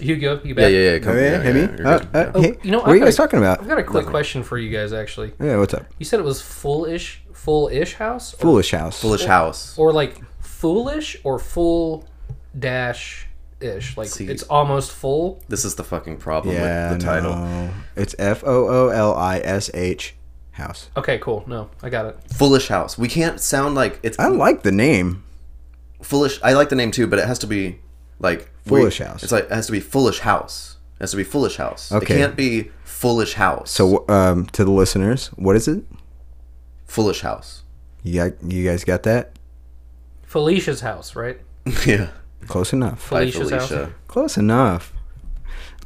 Speaker 4: Hugo, you
Speaker 3: Yeah,
Speaker 4: back?
Speaker 3: yeah, yeah. Come,
Speaker 2: Oh, yeah, hey, me?
Speaker 3: you're
Speaker 2: Uh,
Speaker 3: good.
Speaker 2: uh,
Speaker 3: Yeah.
Speaker 2: hey,
Speaker 4: you know,
Speaker 2: what
Speaker 4: I've
Speaker 2: are you
Speaker 4: got
Speaker 2: guys
Speaker 4: a-
Speaker 2: talking
Speaker 4: I've
Speaker 2: about?
Speaker 4: got a quick question for you guys. Actually,
Speaker 2: Yeah, what's up?
Speaker 4: you said it was foolish, foolish house, or,
Speaker 2: Foolish house.
Speaker 3: Foolish house.
Speaker 4: or like foolish or full dash ish. Like
Speaker 3: See.
Speaker 4: it's almost full.
Speaker 3: This is the fucking problem
Speaker 2: Yeah,
Speaker 3: with the title.
Speaker 2: no. It's F O O L I S H house.
Speaker 4: Okay, cool. No, I got it.
Speaker 3: Foolish house. We can't sound like it's
Speaker 2: I like the name.
Speaker 3: foolish. I like the name too, but it has to be like we-
Speaker 2: Foolish house.
Speaker 3: It's like it has to be foolish house. It has to be foolish house.
Speaker 2: Okay.
Speaker 3: It can't be foolish house.
Speaker 2: So, um, to the listeners, what is it?
Speaker 3: foolish house. *laughs*
Speaker 2: You got, you guys got that?
Speaker 4: Felicia's house, right?
Speaker 3: yeah.
Speaker 2: Close enough.
Speaker 3: by
Speaker 4: Felicia's house.
Speaker 2: Close enough.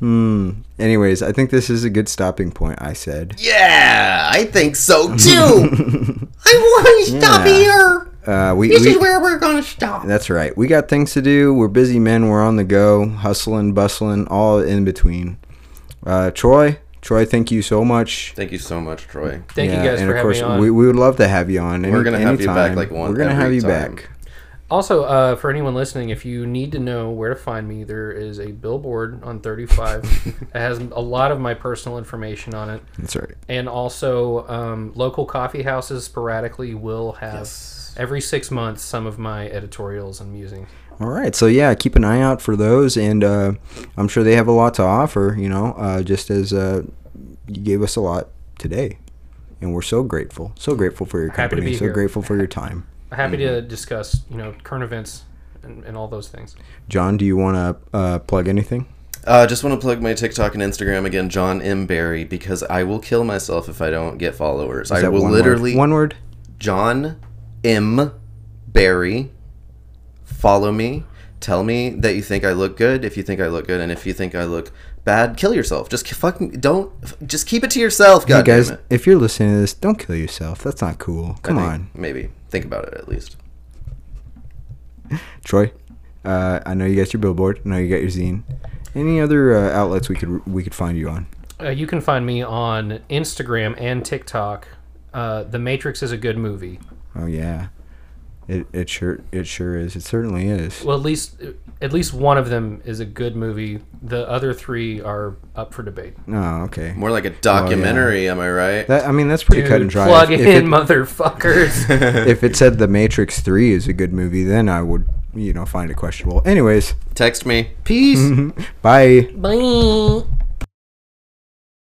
Speaker 2: Hmm. Anyways, I think this is a good stopping point. I said.
Speaker 3: Yeah, I think so
Speaker 2: *laughs*
Speaker 3: too. I want to stop
Speaker 2: Yeah.
Speaker 3: here.
Speaker 2: Uh, we,
Speaker 3: This
Speaker 2: we-
Speaker 3: is where we're gonna stop.
Speaker 2: That's right. We got things to do. We're busy men. We're on the go, hustling, bustling, all in between. Uh, Troy, Troy, thank you so much.
Speaker 3: Thank you so much, Troy.
Speaker 4: Thank you guys
Speaker 2: and of
Speaker 4: for having
Speaker 2: course,
Speaker 4: me on.
Speaker 2: We, we would love to have you on. Any,
Speaker 3: We're gonna have you back,
Speaker 2: anytime.
Speaker 3: like, one
Speaker 2: We're gonna
Speaker 3: every
Speaker 2: have you
Speaker 3: time.
Speaker 2: back.
Speaker 4: Also, uh, for anyone listening, if you need to know where to find me, there is a billboard
Speaker 2: *laughs*
Speaker 4: on 35 that has a lot of my personal information on it.
Speaker 2: That's right.
Speaker 4: And also, um, local coffee houses sporadically will have every six months some of my editorials and musings.
Speaker 2: All right. So yeah, keep an eye out for those, and uh, I'm sure they have a lot to offer. You know, uh, just as uh, you gave us a lot today, and we're so grateful, so grateful for your
Speaker 4: Happy to
Speaker 2: company,
Speaker 4: be
Speaker 2: so
Speaker 4: here.
Speaker 2: grateful for your time.
Speaker 4: Happy
Speaker 2: Mm-hmm.
Speaker 4: to discuss, you know, current events and, and all those things.
Speaker 2: John, do you want to uh, plug anything?
Speaker 3: Uh, just want to plug my TikTok and Instagram again, John M Barry, because I will kill myself if I don't get followers.
Speaker 2: Is
Speaker 3: I
Speaker 2: that
Speaker 3: will
Speaker 2: one
Speaker 3: literally
Speaker 2: word? one word.
Speaker 3: John M Barry. Follow me. Tell me that you think I look good. If you think I look good, and if you think I look bad, kill yourself. Just k- fucking don't. f- Just keep it to yourself,
Speaker 2: Hey
Speaker 3: God
Speaker 2: guys,
Speaker 3: damn it.
Speaker 2: if you're listening to this, don't kill yourself. That's not cool. Come
Speaker 3: Think-
Speaker 2: on,
Speaker 3: maybe think about it at least.
Speaker 2: Troy. Uh, I know you got your billboard. I know you got your zine. Any other uh, outlets we could we could find you on?
Speaker 4: Uh, you can find me on Instagram and TikTok. Uh, the Matrix is a good movie.
Speaker 2: Oh yeah, it it sure it sure is. It certainly is.
Speaker 4: Well, at least at least one of them is a good movie. The other three are up for debate.
Speaker 2: Oh okay.
Speaker 3: More like a
Speaker 2: Oh,
Speaker 3: documentary, am I right?
Speaker 2: That, I mean that's pretty cut and
Speaker 4: Dude,
Speaker 2: dry.
Speaker 4: Plug
Speaker 2: if,
Speaker 4: in,
Speaker 2: if, it,
Speaker 3: *laughs*
Speaker 4: motherfuckers.
Speaker 2: if it said The Matrix Three is a good movie, then I would you know find it questionable. Anyways,
Speaker 3: Text me. Peace.
Speaker 2: *laughs* bye.
Speaker 4: Bye.